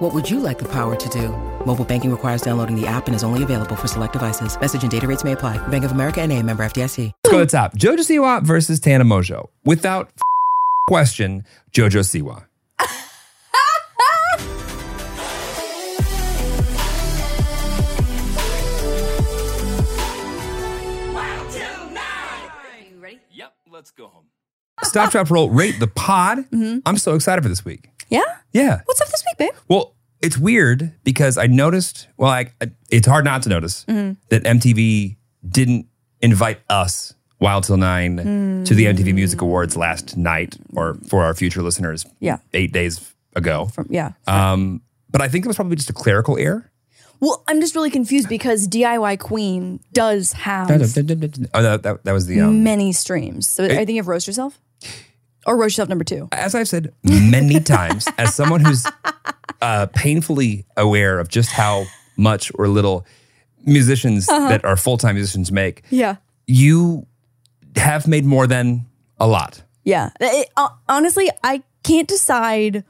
What would you like the power to do? Mobile banking requires downloading the app and is only available for select devices. Message and data rates may apply. Bank of America and a member FDIC. Let's go to the top. Jojo Siwa versus Tana Mojo. Without f- question, Jojo Siwa. You ready? Yep, let's go home. Stop, drop, roll, rate the pod. I'm so excited for this week. Mm-hmm. Yeah. Yeah. What's up this week, babe? Well, it's weird because I noticed, well, I, I- it's hard not to notice that MTV didn't invite us, Wild Till Nine, to the MTV Music Awards last night or for our future listeners Yeah. eight days ago. From yeah. Um, but I think it was probably just a clerical error. Well, I'm just really confused because DIY Queen does have Oh, that, that, that was the, um, many streams. So I think you have roast yourself or roast yourself number two. as I've said many times, as someone who's uh, painfully aware of just how much or little musicians that are full time musicians make, Yeah. you have made more than a lot. Yeah. It- uh, honestly, I can't decide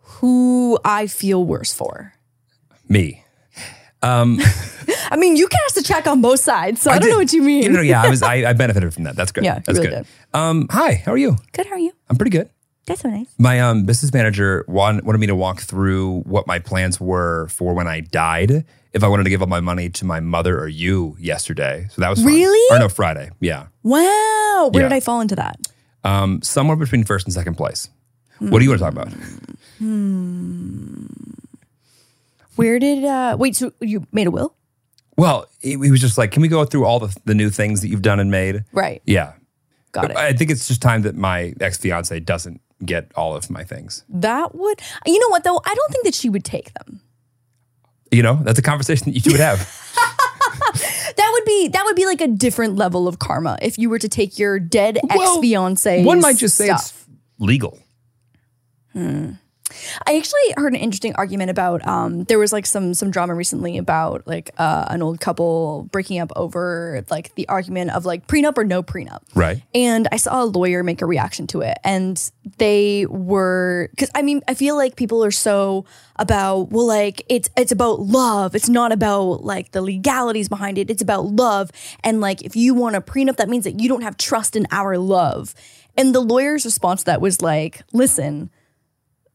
who I feel worse for. Me. I mean, you cast a check on both sides, so I, don't did- know what you mean. No, no, yeah, I was. I, I benefited from that. That's good. Yeah, you that's really good. Um, hi, how are you? Good, how are you? I'm pretty good. That's so nice. My um, business manager wanted, wanted me to walk through what my plans were for when I died, if I wanted to give up my money to my mother or you yesterday. So that was fun. Really? or no Friday. Yeah. Wow. Where Yeah. did I fall into that? Um, somewhere between first and second place. What do you want to talk about? Where did uh wait, so you made a will? Well, he he was just like, "Can we go through all the, the new things that you've done and made?" Right. Yeah, Got it. I think it's just time that my ex fiance doesn't get all of my things. That would, you know what though? I don't think that she would take them. You know, that's a conversation that you two would have. That would be that would be like a different level of karma if you were to take your dead ex fiance. One might just say it's legal. I actually heard an interesting argument about um there was like some some drama recently about like uh, an old couple breaking up over like the argument of like prenup or no prenup. Right. And I saw a lawyer make a reaction to it. And they were because I mean, I feel like people are so about, well, like it's it's about love. It's not about like the legalities behind it. It's about love. And like if you want a prenup, that means that you don't have trust in our love. And the lawyer's response to that was like, listen,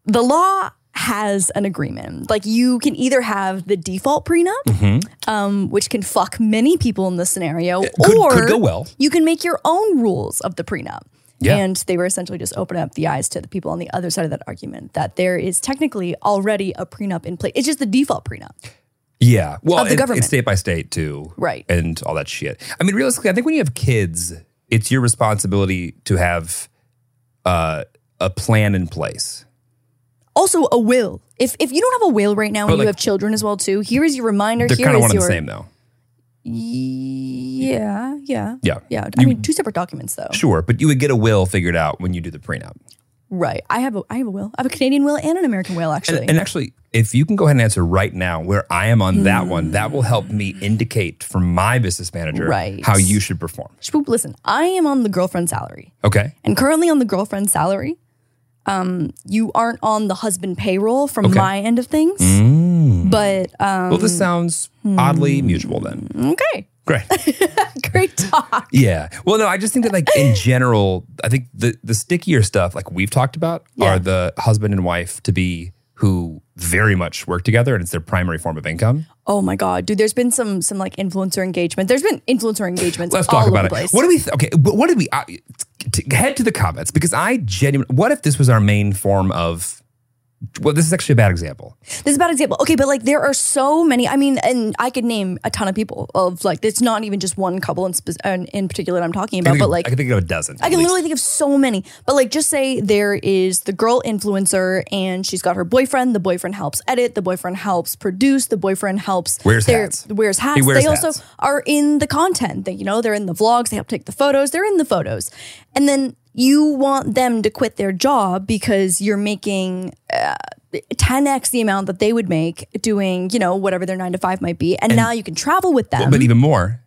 the law has an agreement. Like you can either have the default prenup, Mm-hmm. um, which can fuck many people in this scenario, could- or could go well. you can make your own rules of the prenup. Yeah. And they were essentially just opening up the eyes to the people on the other side of that argument that there is technically already a prenup in place. It's just the default prenup. Yeah. Well, Of the it- government. it's state by state too. Right. And all that shit. I mean, realistically, I think when you have kids, it's your responsibility to have uh, a plan in place. Also, a will. If if you don't have a will right now and But, you like, have children as well too, here is your reminder. They're Here kind of is one and the your same, though. yeah, yeah, Yeah. yeah. I You- mean, two separate documents though. Sure, but you would get a will figured out when you do the prenup. Right. I have a I have a will. I have a Canadian will and an American will actually. And, and actually, if you can go ahead and answer right now where I am on that one, that will help me indicate for my business manager Hmm. Right. how you should perform. Shpoop, listen, I am on the girlfriend salary. Okay. And currently on the girlfriend salary, um, you aren't on the husband payroll from Okay. Mm. my end of things. But um, hmm. Well, this sounds oddly mutual then. okay. Great. Great talk. Yeah. Well, no, I just think that like in general, I think the the stickier stuff like we've talked about Yeah. are the husband and wife to be who very much work together and it's their primary form of income. Oh my god, dude, there's been some some like influencer engagement. There's been influencer engagements Let's all talk over about the it. place. What do we? Th- okay, but what did we? Uh, t- t- head to the comments because I genuinely. What if this was our main form of well, this is actually a bad example. This is a bad example. Okay, but like there are so many. I mean, and I could name a ton of people of like it's not even just one couple in spe- in, in particular that I'm talking I about, think- but like I can think of a dozen. I can literally think of so many. But like, just say there is the girl influencer, and she's got her boyfriend. The boyfriend helps edit. The boyfriend helps produce. The boyfriend helps Wears their- hats. Wears hats. wears they also hats. are in the content. They you know they're in the vlogs. They help take the photos. They're in the photos, and then you want them to quit their job because you're making. Uh, 10x the amount that they would make doing, you know, whatever their nine to five might be. And, now you can travel with them. but even more,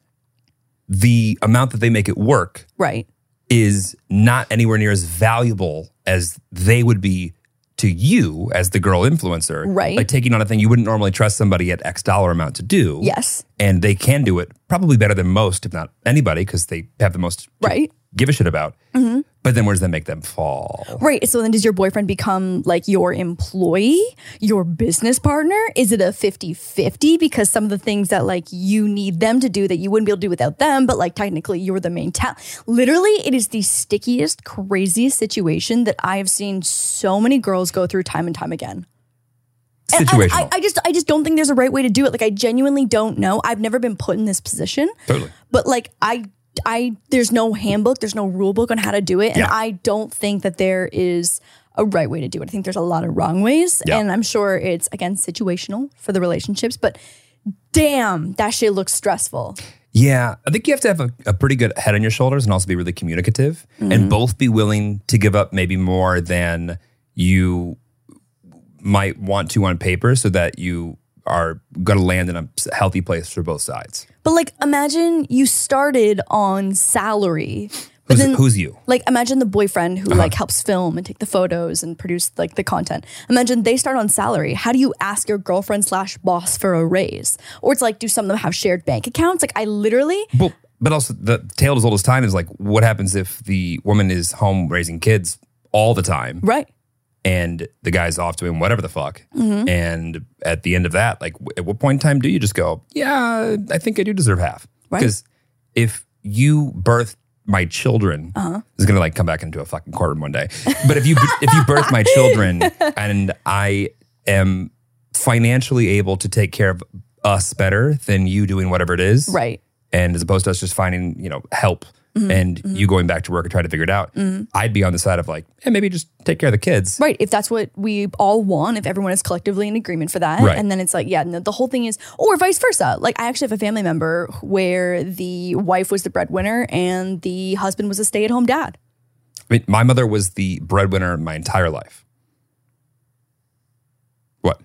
the amount that they make it work right. is not anywhere near as valuable as they would be to you as the girl influencer. Right. Like taking on a thing you wouldn't normally trust somebody at X dollar amount to do. Yes. And they can do it probably better than most, if not anybody, because they have the most to Right. give a shit about. Mm-hmm. But then where does that make them fall? Right. So then does your boyfriend become like your employee, your business partner? Is it a 50 50? Because some of the things that like you need them to do that you wouldn't be able to do without them, but like technically you're the main talent. Literally, it is the stickiest, craziest situation that I have seen so many girls go through time and time again. And- and Situational. I, I just I just don't think there's a right way to do it. Like I genuinely don't know. I've never been put in this position totally. but like I I there's no handbook, there's no rule book on how to do it, and Yeah. I don't think that there is a right way to do it. I think there's a lot of wrong ways, Yeah. and I'm sure it's again situational for the relationships, but damn, that shit looks stressful. Yeah, I think you have to have a, a pretty good head on your shoulders and also be really communicative Mm-hmm. and both be willing to give up maybe more than you might want to on paper so that you are going to land in a s- healthy place for both sides. But like imagine you started on salary, but Who's, then who's you? like imagine the boyfriend who like helps film and take the photos and produce like the content imagine they start on salary how do you ask your girlfriend slash boss for a raise or it's like do some of them have shared bank accounts like i literally But, but also, the tale as old as time is like, what happens if the woman is home raising kids all the time right and the guy's off doing whatever the fuck? Mm-hmm. And at the end of that, like, w- at what point in time do you just go, yeah, I think I do deserve half? Right. Because if you birth my children, Uh-huh. this is gonna like come back into a fucking courtroom one day. But if you if you birth my children and I am financially able to take care of us better than you doing whatever it is, right Mm-hmm. and as opposed to us just finding you know help and you going back to work and trying to figure it out, I'd be on the side of like, hey, maybe just take care of the kids. right if that's what we all want if everyone is collectively in agreement for that Right. and then it's like yeah no, the whole thing is or vice versa like i actually have a family member where the wife was the breadwinner and the husband was a stay-at-home dad I mean, my mother was the breadwinner my entire life. What?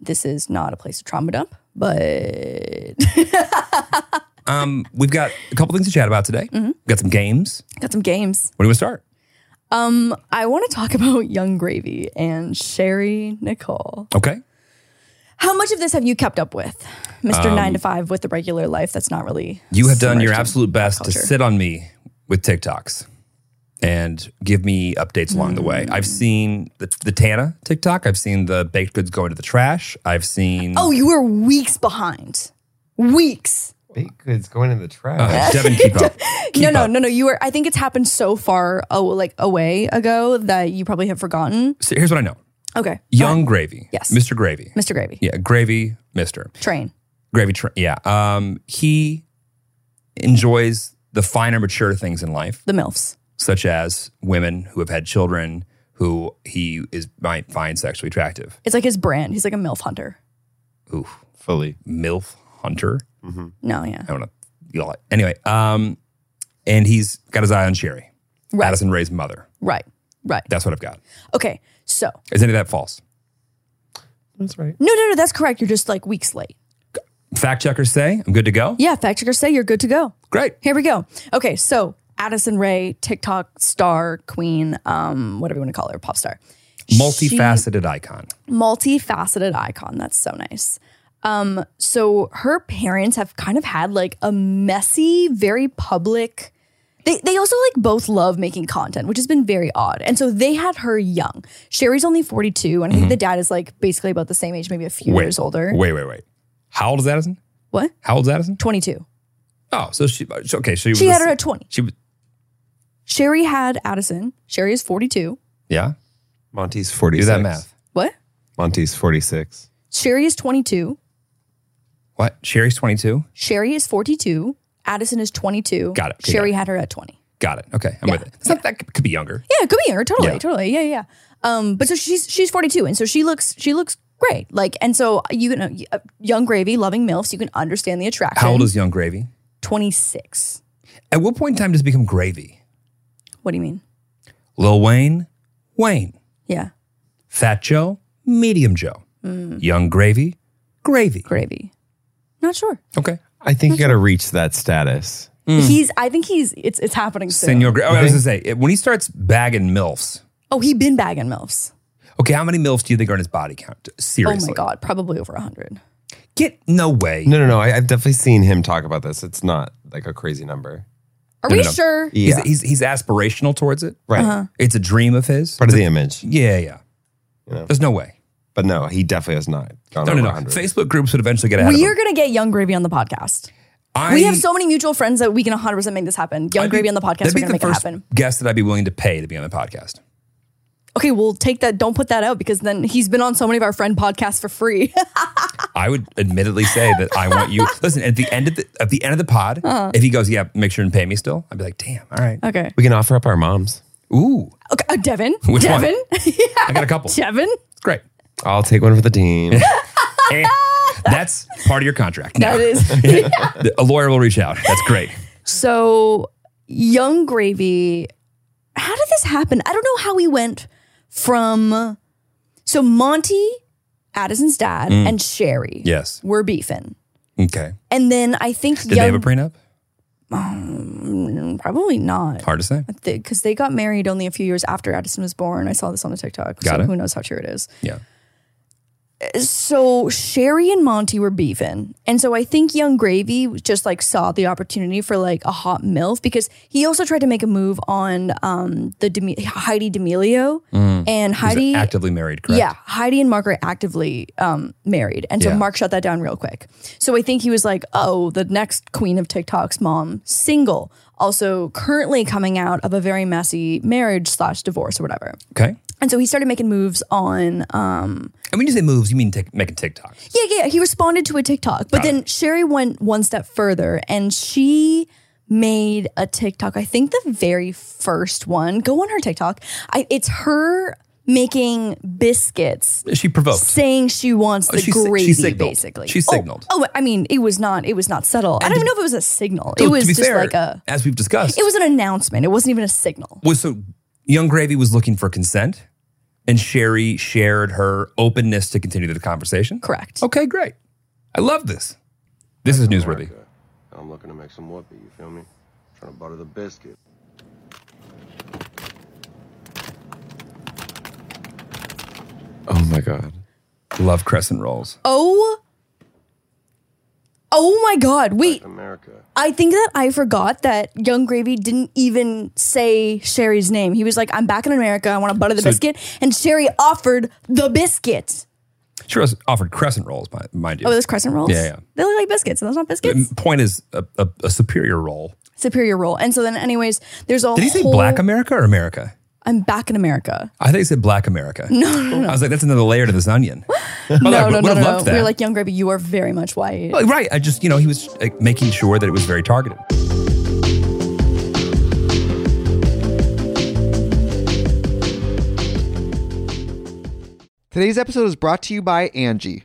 this is not a place to trauma dump but Um, we've got a couple things to chat about today. Mm-hmm. We've got some games. got some games Where do we start? Um, I want to talk about Young Gravy and Sherry Nicole. Okay. How much of this have you kept up with, Mister Nine to Five, with the regular life? That's not really Um, You have done submerged your in absolute best culture. to sit on me with TikToks and give me updates along the way. Mm. I've seen the, the Tana TikTok. I've seen the baked goods go into the trash. I've seen Oh, you were weeks behind. Weeks. Baked goods going in the trash. Uh, Devin keep up. Keep no, no, up. no, no. You were. I think it's happened so far, oh, like away ago that you probably have forgotten. So here's what I know. Okay, Young Gravy. Yes. Mm. Mr. Gravy. Mister Gravy. Yeah, Gravy, Mr. Train. Gravy Train. Yeah. Um, he enjoys the finer, mature things in life. The milfs. such as women who have had children who he is might find sexually attractive. It's like his brand. He's like a milf hunter. Ooh, Fully. MILF hunter. No, yeah. I don't know. You all- Anyway, um, and he's got his eye on Sherry, Right. Addison Ray's mother. Right. Right. That's what I've got. Okay. So Is any of that false? That's right. no, no, no. That's correct. You're just like weeks late. Fact checkers say I'm good to go. Yeah, fact checkers say you're good to go. Great. Here we go. Okay, so Addison Ray, TikTok star, queen, um, whatever you want to call her, pop star. Multifaceted icon. She- multifaceted icon. That's so nice. Um, so her parents have kind of had like a messy, very public. They, they also like both love making content, which has been very odd. And so they had her young. Sherry's only 42, and I think the dad is like basically about the same age, maybe a few years older. Mm-hmm. Wait, wait, wait. How old is Addison? What? How old is Addison? 22. Oh, so she. so- Okay, so She had her at 20. She was- Sherry had Addison. Sherry is 42. yeah. Monty's 46. Do that math. What? Monty's 46. Sherry is 22. What? Sherry's 22? Sherry is 42. Addison is 22. Got it. Okay, Sherry had her at 20. Got it. Okay. I'm Yeah. with it. It's not, that could could be younger. Yeah, it could be younger. Totally, Yeah. totally. Yeah, yeah. yeah. Um, but so she's she's 42, and so she looks she looks great. Like, and so you know, y- uh, young gravy, loving milfs, you can understand the attraction. How old is Young Gravy? 26? At what point in time does it become gravy? What do you mean? Lil Wayne, Wayne. Yeah, Fat Joe, Medium Joe. Hmm. Young Gravy, Gravy. gravy. Not sure. Okay. I think you got to reach that status. Hmm. He's. I think he's. It's it's happening soon. Senor Gravy. Oh, I was going to say, it- when he starts bagging MILFs, oh, he been bagging milfs. okay, how many MILFs do you think are in his body count? Seriously. Oh my god, probably over hundred. Get no way. No, no, no. I, I've definitely seen him talk about this. It's not like a crazy number. Are No, we no, no. sure? He's, Yeah. he's, he's aspirational towards it. Right. Uh-huh. It's a dream of his. Part of the image. Yeah, yeah. Yeah. There's no way. But no, he definitely has not gone No, over no, no. 100. Facebook groups would eventually get ahead We of are him. gonna get young gravy on the podcast. I, we have so many mutual friends that we can 100 percent make this happen. Young gravy on the podcast. that'd We're be gonna the make it first happen. guest that I'd be willing to pay to be on the podcast. Okay, we'll take that. Don't put that out because then he's been on so many of our friend podcasts for free. I would admittedly say that I want you. Listen, at the end of the at the end of the pod, Uh-huh. if he goes, yeah, make sure and pay me still. I'd be like, damn, all right, okay. We can offer up our moms. ooh, Okay. Uh, Devin. Which one? Devin. I got a couple. Devin. It's great. I'll take one for the team. Eh, that's part of your contract. No. That is. The- a lawyer will reach out. That's great. So, Young Gravy, how did this happen? I don't know how we went from. So, Monty, Addison's dad, Mm. and Sherry Yes. were beefing. Okay. And then I think Did Young. they have a prenup? probably not. Hard to say. Because they got married only a few years after Addison was born. I saw this on a TikTok. Got so, it. who knows how true it is. Yeah. so Sherry and Monty were beefing. And so I think Young Gravy just like saw the opportunity for like a hot MILF because he also tried to make a move on um the Deme- Heidi D'Amelio Mm. and He's Heidi actively married, correct? yeah, Heidi and Mark are actively um, married. And so Yeah. Mark shut that down real quick. So I think he was like, oh, the next queen of TikTok's mom, single, also currently coming out of a very messy marriage slash divorce or whatever. Okay. And so he started making moves on um, And when you say moves, you mean tic- making TikToks. yeah, yeah, yeah. He responded to a TikTok, but then Sherry went one step further and she made a TikTok. I think the very first one. Go on her TikTok. I, it's her making biscuits, She provoked. saying she wants the Oh, she si- she gravy. signaled. Basically, She Oh, signaled. Oh, I mean, it was not. It was not subtle. I don't even know if it was a signal. So it was to be just fair, like a. as we've discussed, It was an announcement. It wasn't even a signal. was so Young Gravy was looking for consent, and Sherry shared her openness to continue the conversation. Correct. Okay, great. I love this. This is newsworthy. America. I'm looking to make some whoopee, you feel me? Trying to butter the biscuit. oh my God. Love crescent rolls. Oh. Oh my God! Wait, America. I think that I forgot that Young Gravy didn't even say Sherry's name. He was like, I'm back in America. I want to butter the biscuit. And Sherry offered the biscuit. She was offered crescent rolls, mi- mind you. Oh, those crescent rolls? Yeah, yeah. They look like biscuits, and those not biscuits. The point is a, a, a superior roll. Superior roll. And so then, anyways, there's all. mm. Did he say Black America or America? I'm back in America. I think he said Black America. No, no, no. I was like, that's another layer to this onion. no, No, no, no, no, no. Loved that. We were like, Young Gravy, you are very much white. Well, right. I just, you know, he was like, making sure that it was very targeted. Today's episode is brought to you by Angie.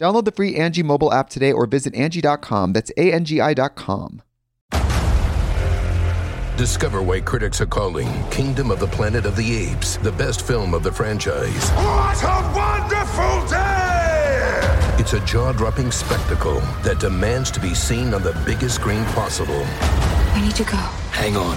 Download the free Angie mobile app today or visit Angie.com. That's A N G I.com. Discover why critics are calling Kingdom of the Planet of the Apes the best film of the franchise. What a wonderful day! It's a jaw dropping spectacle that demands to be seen on the biggest screen possible. We need to go. Hang on.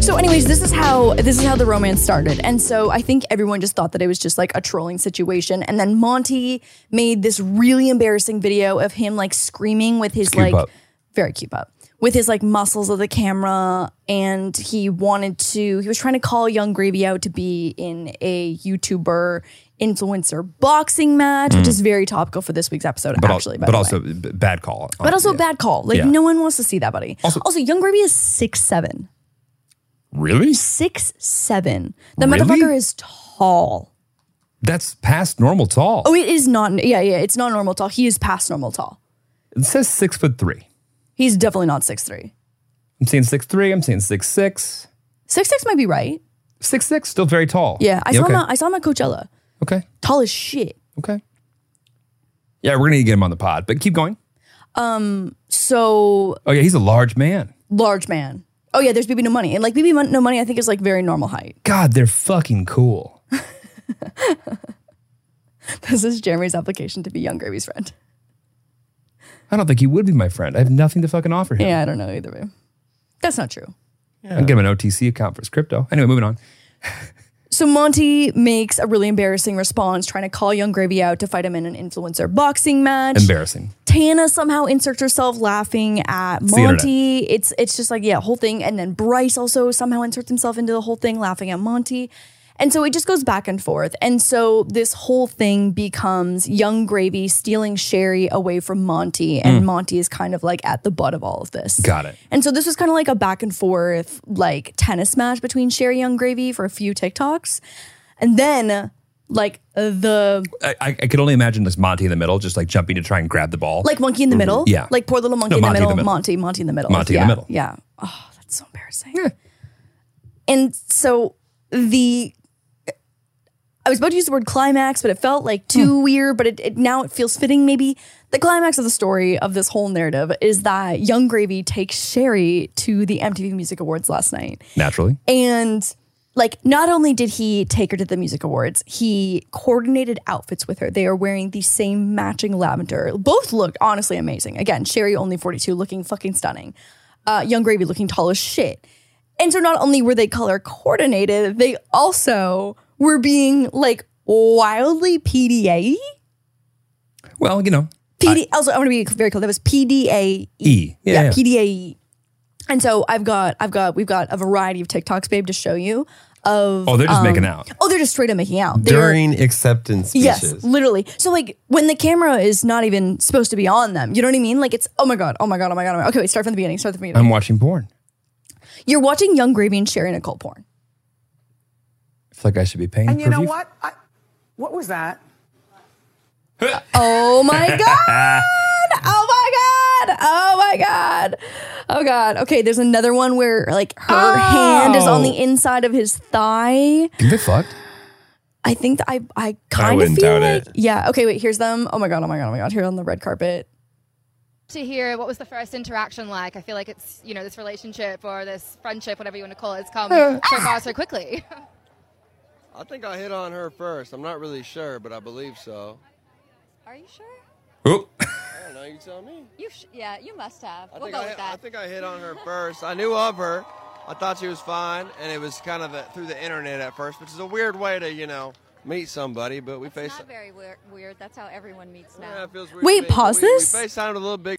So, anyways, this is how this is how the romance started, and so I think everyone just thought that it was just like a trolling situation, and then Monty made this really embarrassing video of him like screaming with his Cute like pup. very cute pup with his like muscles of the camera, and he wanted to he was trying to call Young Gravy out to be in a YouTuber influencer boxing match, which is very topical for this week's episode, Mm. But, al- actually. by but the way. also, b- bad call. But also, bad call. Like, Yeah. no one wants to see that, buddy. Also- Also, Young Gravy is six seven. Really? Six seven. The Really? motherfucker is tall. That's past normal tall. Oh, it is not. Yeah, yeah. It's not normal tall. He is past normal tall. It says six foot three. He's definitely not six three. I'm seeing six three. I'm seeing six six. Six six might be right. Six six, still very tall. Yeah, I saw okay. him. At, I saw him at Coachella. Okay. Tall as shit. Okay. Yeah, we're gonna need to get him on the pod, but keep going. So Oh yeah, he's a large man. large man. Oh yeah, there's BB No Money, and like BB Mon- No Money, I think is like very normal height. God, they're fucking cool. This is Jeremy's application to be Young Gravy's friend. I don't think he would be my friend. I have nothing to fucking offer him. Yeah, I don't know either way. That's not true. I can get him an OTC account for his crypto. Anyway, moving on. So Monty makes a really embarrassing response, trying to call Young Gravy out to fight him in an influencer boxing match. Embarrassing. Tana somehow inserts herself laughing at the Monty. It's it's just like yeah, whole thing. And then Bryce also somehow inserts himself into the whole thing, laughing at Monty. And so it just goes back and forth. And so this whole thing becomes Young Gravy stealing Sherry away from Monty, and Monty is kind of like at the butt of all of this. Mm. Got it. And so this was kind of like a back and forth, like tennis match between Sherry Young Gravy for a few TikToks. And then, like, the I, I, I could only imagine this Monty in the middle, just like jumping to try and grab the ball. like monkey in the middle. Mm-hmm. Yeah. Like poor little monkey No, in, the Monty in middle, the middle. Monty, Monty in the middle. Monty in yeah. the middle. Yeah. Oh, that's so embarrassing. And so the I was about to use the word climax, but it felt like too Hmm. weird, but it, it now it feels fitting maybe. The climax of the story of this whole narrative is that Young Gravy takes Sherry to the MTV Music Awards last night. naturally. And like, not only did he take her to the music awards, he coordinated outfits with her. They are wearing the same matching lavender. Both looked honestly amazing. Again, Sherry only 42, looking fucking stunning. Uh, Young Gravy looking tall as shit. And so not only were they color coordinated, they also were being like wildly PDA. Well, you know, PD, also, I want to be very clear. That was PDA E. Yeah. yeah, yeah. PDAE. And so I've got, I've got, we've got a variety of TikToks, babe, to show you. Of Oh, they're just um, making out. Oh, they're just straight up making out. They're- During acceptance yes, speeches. literally. So like when the camera is not even supposed to be on them, you know what I mean? Like it's oh my god, oh my god, oh my god. Oh my, okay, wait, start from the beginning. Start from the beginning. I'm watching porn. Oh. You're watching Young Gravy and Sherry Nicole porn. It's like I should be paying. And you know per view. what? I, what was that? Oh my god. Oh my god! Oh my god! Oh god! Okay, there's another one where like her hand is on the Oh. inside of his thigh. Think they fucked? I think that I I kind of wouldn't feel doubt like it. yeah. Okay, wait. Here's them. Oh my god. Oh my god. Oh my god. Here on the red carpet. to hear what was the first interaction like. I feel like it's you know this relationship or this friendship, whatever you want to call it, has come so far so quickly. I think I hit on her first. I'm not really sure, but I believe so. Are you sure? Oop. I don't know. You tell me. You sh- yeah, you must have. I we'll think go I, with hit- I that. think I hit on her first. I knew of her. I thought she was fine, and it was kind of a, through the internet at first, which is a weird way to you know meet somebody. But we It's face not very weir- weird. That's how everyone meets now. yeah, it feels weird. Wait, to me, but pause we- this? We FaceTimed a little big.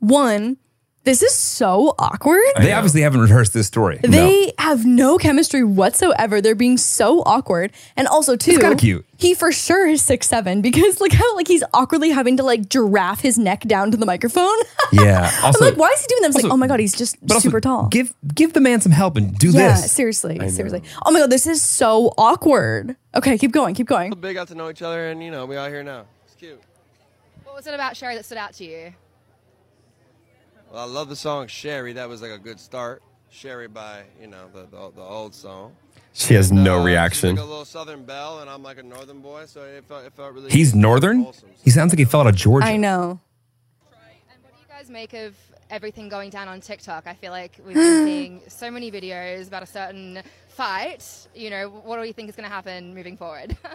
One, this is so awkward. They obviously haven't rehearsed this story. They have no chemistry whatsoever. They're being so awkward. And also too kinda cute. He for sure is six seven because like how like he's awkwardly having to like giraffe his neck down to the microphone. No. Yeah. Also, I'm like, why is he doing that? It's like, also- oh my god, he's just but also, super tall. Give give the man some help and do yeah, this. seriously, seriously. Oh my god, this is so awkward. Okay, keep going, keep going. Big got to know each other, and you know we out here now. It's cute. What was it about Sherry that stood out to you? Well, I love the song Sherry. That was like a good start. Sherry by you know the the, the old song. She has Uh, no she's reaction. Like a little Southern belle, and I'm like a Northern boy, so it felt, it felt really. He's northern. He sounds like he fell out of Georgia. I know. What do you guys make of everything going down on TikTok? I feel like we've been seeing so many videos about a certain fight. You know, what do you think is going to happen moving forward?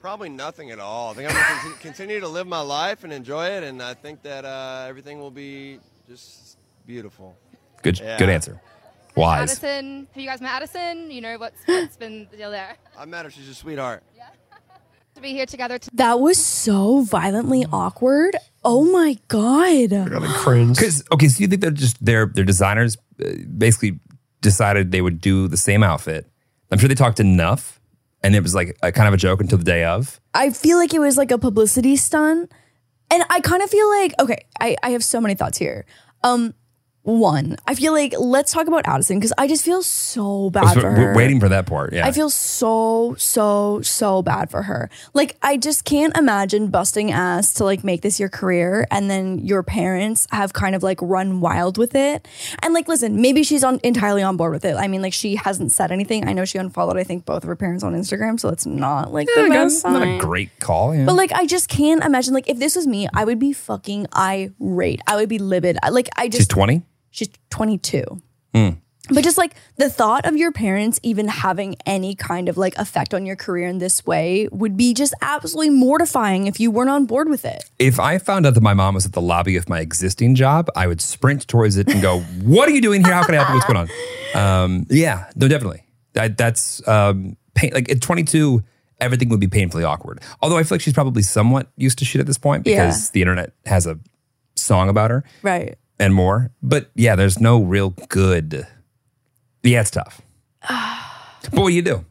Probably nothing at all. I think I'm gonna conti- continue to live my life and enjoy it, and I think that uh, everything will be just beautiful. Good Yeah. good answer. Wise. Addison, have you guys met Addison? You know, what's, what's been the deal there? I met her. She's a sweetheart. To be here together to That was so violently awkward. Oh my god. Cringe. Because okay, so you think they're just their their designers uh, basically decided they would do the same outfit. I'm sure they talked enough, and it was like a, kind of a joke until the day of. I feel like it was like a publicity stunt. And I kind of feel like, okay, I, I have so many thoughts here. Um, one, I feel like let's talk about Addison because I just feel so bad So for we're her. waiting for that part. Yeah, I feel so, so, so bad for her. Like, I just can't imagine busting ass to like make this your career and then your parents have kind of like run wild with it. And like, listen, maybe she's on entirely on board with it. I mean, like, she hasn't said anything. I know she unfollowed, I think, both of her parents on Instagram. So it's not like the best not sign. a great call. Yeah. But like, I just can't imagine. Like, if this was me, I would be fucking irate. I would be livid. I- Like, I she's just 20. she's 22. But just like the thought of your parents even having any kind of like effect on your career in this way would be just absolutely mortifying if you weren't on board with it. If I found out that my mom was at the lobby of my existing job, I would sprint towards it and go, "What are you doing here? How can I help you? What's going on?" Um, yeah, no, definitely. That, that's um, pain. Like at 22, everything would be painfully awkward. Although I feel like she's probably somewhat used to shit at this point Yeah. because the internet has a song about her Right. and more. But yeah, there's no real good. Yeah, it's tough. but what do you do?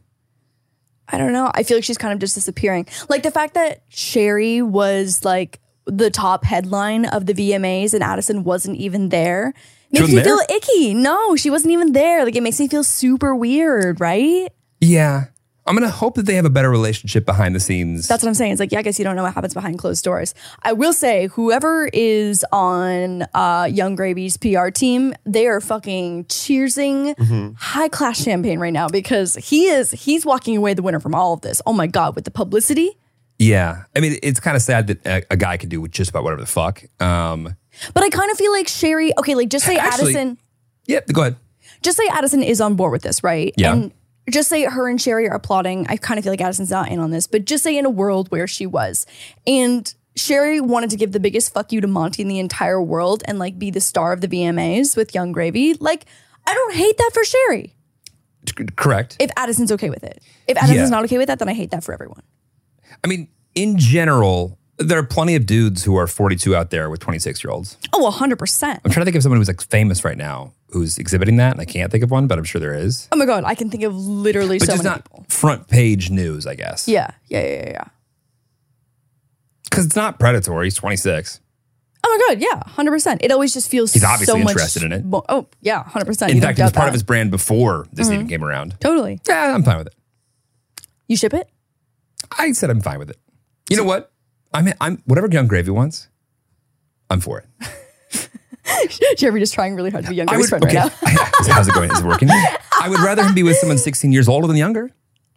I don't know. I feel like she's kind of just disappearing. Like the fact that Sherry was like the top headline of the VMAs and Addison wasn't even there makes wasn't me there? feel icky. No, she wasn't even there. Like it makes me feel super weird, right? Yeah, I'm gonna hope that they have a better relationship behind the scenes. That's what I'm saying. It's like, yeah, I guess you don't know what happens behind closed doors. I will say, whoever is on uh, Young Gravy's PR team, they are fucking cheersing Mm-hmm. high class champagne right now because he is he's walking away the winner from all of this. Oh my god, with the publicity. Yeah, I mean, it's kind of sad that a, a guy can do just about whatever the fuck. Um, But I kind of feel like Sherry. Okay, like just say Actually- Addison. yeah, go ahead. Just say Addison is on board with this, right? Yeah. And just say her and Sherry are applauding. I kind of feel like Addison's not in on this, but just say in a world where she was. And Sherry wanted to give the biggest fuck you to Monty in the entire world and like be the star of the VMAs with Young Gravy. Like, I don't hate that for Sherry. C- Correct. If Addison's okay with it. If Addison's Yeah. not okay with that, then I hate that for everyone. I mean, in general, there are plenty of dudes who are 42 out there with 26 year olds. Oh, 100%. I'm trying to think of someone who's like famous right now who's exhibiting that, and I can't think of one, but I'm sure there is. Oh my God. I can think of literally But so just many not people. front page news, I guess. Yeah. Yeah. Yeah. Yeah. yeah. because it's not predatory. He's 26. Oh my god, yeah, hundred percent. It always just feels He's obviously so much interested in it. mo- oh yeah, hundred percent. In fact, it was part of his brand before this even Mm-hmm. came around. totally. Yeah, I'm fine with it. You ship it? I said I'm fine with it. You know what? I'm I'm whatever Young Gravy wants. I'm for it. Jeremy just trying really hard to be younger. I would, friend okay. right How's it going? Is it working? I would rather him be with someone 16 years older than younger.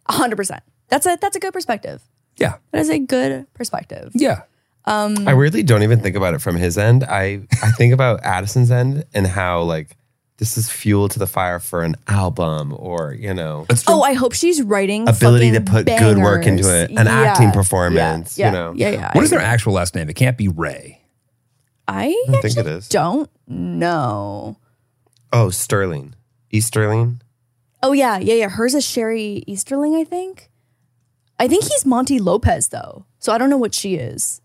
now, hundred percent. That's a that's a good perspective. Yeah. That is a good perspective. Yeah. I weirdly don't even think about it from his end. I, I think about Addison's end and how like this is fuel to the fire for an album or, you know, That's true. Oh, I hope she's writing ability to fucking put good work into bangers. it, an Yeah, acting yeah, performance, yeah, you know. Yeah, yeah. what is their actual last name? It can't be Ray. I I think it is. don't know. Oh, Sterling. East Sterling. Oh yeah, yeah, yeah. Hers is Sherry Easterling, I think. I think he's Monty Lopez though, so I don't know what she is.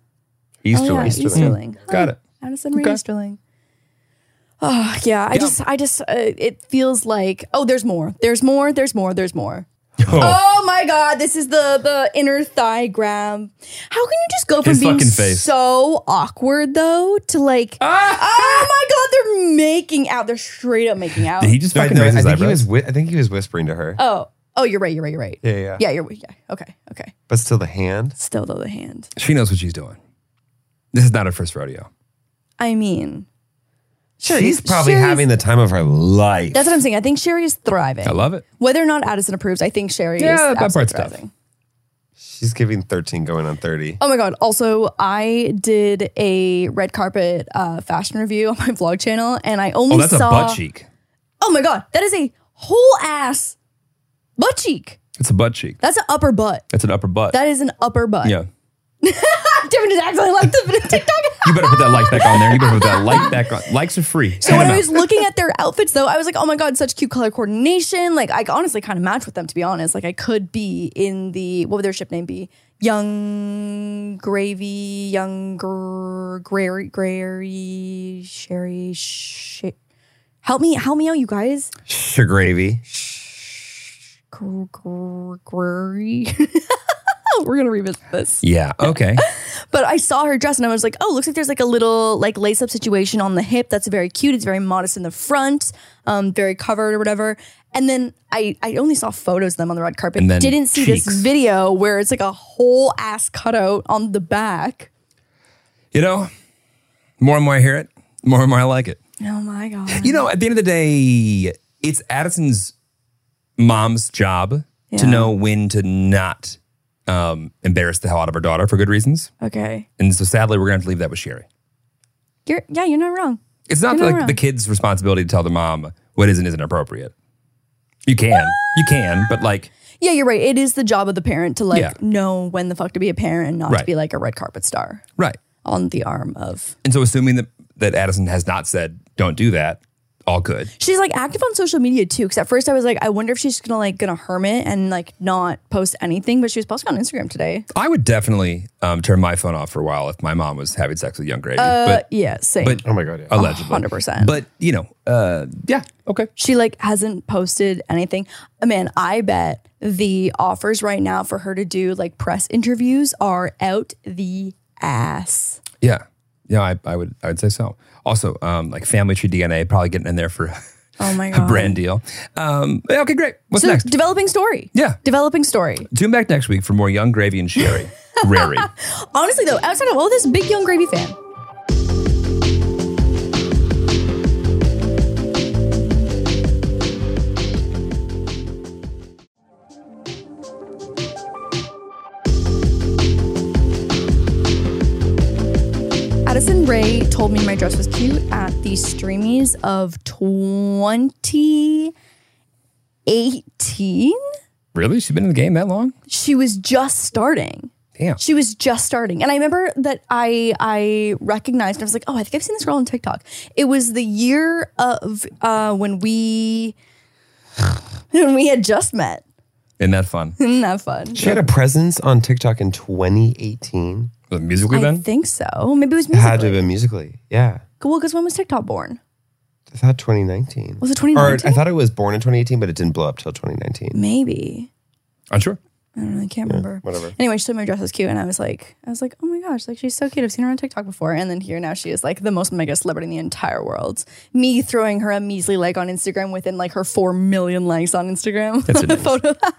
Easterling. Oh, yeah, Easterling. Mm-hmm. Mm, Got it. Addison Rae Easterling. Oh yeah, I just, I just, uh, it feels like oh, there's more, there's more, there's more, there's more. Oh. my god, this is the the inner thigh grab. How can you just go from His being fucking face. so awkward though to like oh my god, they're making out, they're straight up making out. Did he just No, I- fucking no, I raise his think he was. eyebrows? Whi- I think he was whispering to her. oh oh, you're right, you're right, you're right. Yeah, yeah, Yeah, you're yeah. Okay, okay. But still, the hand. Still though the hand. she knows what she's doing. This is not her first rodeo. I mean, sure, She's probably Sherry's- having the time of her life. That's what I'm saying. I think Sherry is thriving. I love it. Whether or not Addison approves, I think Sherry Yeah, is that absolutely part's tough. thriving. She's giving thirteen, going on thirty. Oh my god! Also, I did a red carpet uh, fashion review on my vlog channel, and I only Oh, that's saw. a butt cheek. Oh my god, that is a whole ass butt cheek. It's a butt cheek. That's an upper butt. That's an upper butt. That is an upper butt. yeah. Devin is actually like the TikTok. You better put that like back on there. You better put that like back on. Likes are free. So Hand when 'em I out. was looking at their outfits, though, I was like, "Oh my god, such cute color coordination!" Like, I honestly kind of match with them, to be honest. Like, I could be in the what would their ship name be? Young Gravy, Young gr- Grary, Grary, Sherry. Sh- help me, help me out, you guys. Sugar gravy. Gr- gr- Grary. We're gonna revisit this. yeah. Okay. But I saw her dress and I was like, oh, looks like there's like a little like lace up situation on the hip. That's very cute. It's very modest in the front, um, very covered or whatever. And then I, I only saw photos of them on the red carpet. And then Didn't see cheeks. this video where it's like a whole ass cutout on the back. You know, more and more I hear it, more and more I like it. Oh my God. You know, at the end of the day, it's Addison's mom's job Yeah. to know when to not um, embarrass the hell out of her daughter for good reasons. Okay. And so sadly, we're going to have to leave that with Sherry. You're, yeah, you're not wrong. It's not You're not like the wrong. kid's responsibility to tell the mom what is and isn't appropriate. You can, you can, but like, Yeah, you're right. It is the job of the parent to like Yeah. know when the fuck to be a parent and not to Right. be like a red carpet star right. on the arm of And so, assuming that that Addison has not said don't do that, all good. She's like active on social media too. Because at first I was like, I wonder if she's gonna like gonna hermit and like not post anything. But she was posting on Instagram today. I would definitely um, turn my phone off for a while if my mom was having sex with young Grady, Uh, but yeah, same. but Oh my god. Yeah. allegedly, hundred percent. But you know, uh, yeah, okay. she like hasn't posted anything. Man, I bet the offers right now for her to do like press interviews are out the ass. Yeah. Yeah, I, I would I would say so. Also, um, like family tree DNA probably getting in there for Oh my a god, brand deal. Um, yeah, okay, great. What's So next? developing story. Yeah. Developing story. Tune back next week for more Young Gravy and Sherry. Rary. Honestly though, outside of all this, big young gravy fan. Addison Ray told me my dress was cute at the Streamies of 2018. Really? She's been in the game that long? She was just starting. Damn. She was just starting. And I remember that I I recognized, I was like, oh, I think I've seen this girl on TikTok. It was the year of uh, when we when we had just met. Isn't that fun? Isn't that fun? She had a presence on TikTok in 2018. Was it musically I then? think so. Maybe it was It had musically. to have been musically. Yeah. Well, because when was TikTok born? I thought 2019. Was it Or 2019? I thought it was born in 2018, but it didn't blow up till 2019. Maybe. I'm sure. I don't know. I can't remember. Whatever. Anyway, she told me my dress was cute, and I was like, I was like, oh my gosh, like she's so cute. I've seen her on TikTok before, and then here now she is like the most mega celebrity in the entire world. Me throwing her a measly like on Instagram within like her four million likes on Instagram. That's on the ridiculous. photo.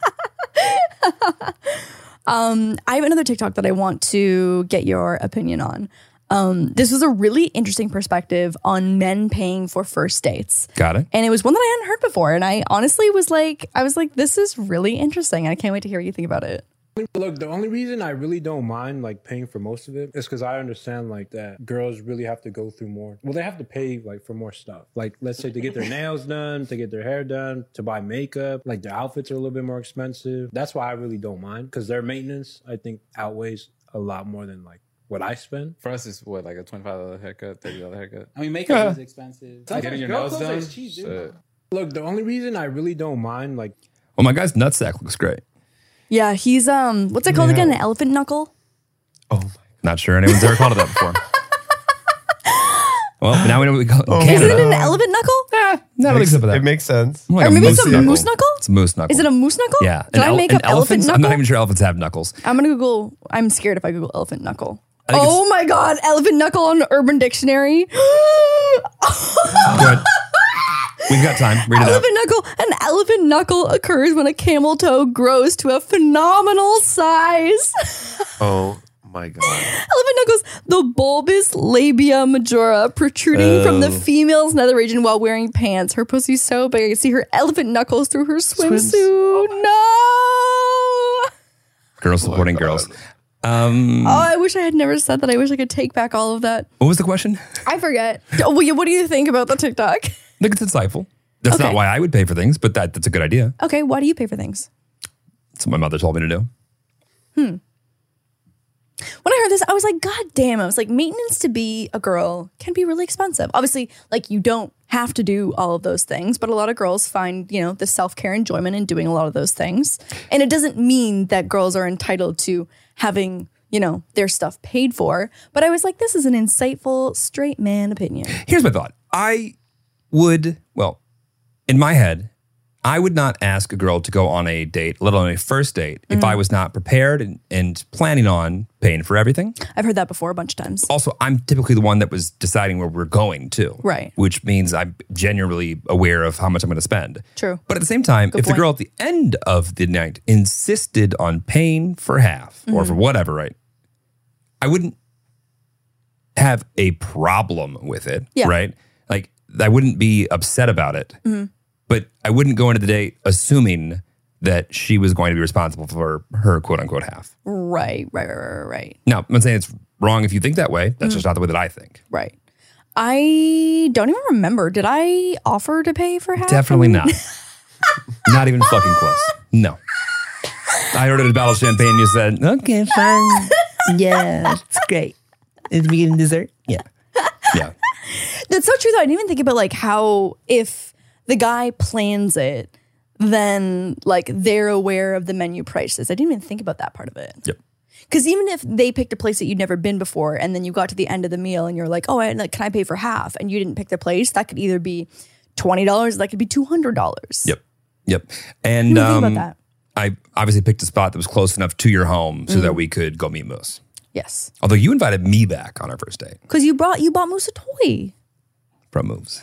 um, I have another TikTok that I want to get your opinion on. Um, this was a really interesting perspective on men paying for first dates. Got it. And it was one that I hadn't heard before. And I honestly was like, I was like, this is really interesting. I can't wait to hear what you think about it. Look, the only reason I really don't mind like paying for most of it is because I understand like that girls really have to go through more. Well, they have to pay like for more stuff. Like let's say to get their nails done, to get their hair done, to buy makeup. Like their outfits are a little bit more expensive. That's why I really don't mind because their maintenance I think outweighs a lot more than like what I spend. For us, it's what like a twenty five dollar haircut, thirty dollar haircut. I mean, makeup Yeah. is expensive. Getting your nose done. Shit. Look, the only reason I really don't mind like Well, my guy's nutsack looks great. Yeah, he's um, what's it called again? An elephant knuckle? Not sure anyone's ever called it that before. well, now we know what we call it. in Isn't Canada. it an elephant knuckle? Yeah, Makes- except for that. It makes sense. More like or maybe it's a knuckle. moose knuckle. It's a moose knuckle. Is it a moose knuckle? Yeah. Did An I el- make an up elephant elephants- I'm knuckle? not even sure elephants have knuckles. I'm gonna Google. I'm scared if I Google elephant knuckle. I think Oh my god, elephant knuckle on Urban Dictionary. Good. We've got time. Read it out. elephant knuckle. An elephant knuckle occurs when a camel toe grows to a phenomenal size. Oh my god. elephant knuckles, the bulbous labia majora protruding from the Oh. female's nether region while wearing pants. Her pussy's so big, I can see her elephant knuckles through her swimsuit. no. Girls supporting girls. Um, Oh, I wish I had never said that. I wish I could take back all of that. what was the question? I forget. Oh, well, yeah, what do you think about the TikTok? I think it's insightful. That's Okay. not why I would pay for things, but that, that's a good idea. Okay, why do you pay for things? That's what my mother told me to do. Hmm. When I heard this, I was like, God damn. I was like, maintenance to be a girl can be really expensive. Obviously, like, you don't have to do all of those things, but a lot of girls find, you know, the self care enjoyment in doing a lot of those things. And it doesn't mean that girls are entitled to having, you know, their stuff paid for. But I was like, this is an insightful, straight man opinion. Here's my thought. I would, well, in my head, I would not ask a girl to go on a date, let alone a first date, if Mm. I was not prepared and, and planning on paying for everything. I've heard that before a bunch of times. Also, I'm typically the one that was deciding where we're going to. Right. Which means I'm generally aware of how much I'm going to spend. True. But at the same time, Good if point. the girl at the end of the night insisted on paying for half or for Mhm. whatever, right? I wouldn't have a problem with it, Yeah. right? Like I wouldn't be upset about it, Mhm. but I wouldn't go into the date assuming that she was going to be responsible for her quote unquote half. Right, right, right, right, right. Now, I'm not saying it's wrong if you think that way. That's Mhm. just not the way that I think. Right. I don't even remember. Did I offer to pay for half? Definitely not. not even fucking close. No. I ordered a bottle of champagne. You said, okay, fine. yeah, it's great. Is we getting dessert? Yeah. Yeah. That's so true though. I didn't even think about like how if the guy plans it, then like they're aware of the menu prices. I didn't even think about that part of it. Yep. Because even if they picked a place that you'd never been before, and then you got to the end of the meal and you're like, oh, I, like, can I pay for half? And you didn't pick the place, that could either be twenty dollars, that could be two hundred dollars. Yep. Yep. And I didn't even think um, about that. I obviously picked a spot that was close enough to your home so that Mhm. we could go meet Moose. Yes. Although you invited me back on our first date Because you brought you bought Moose a toy. from Moose.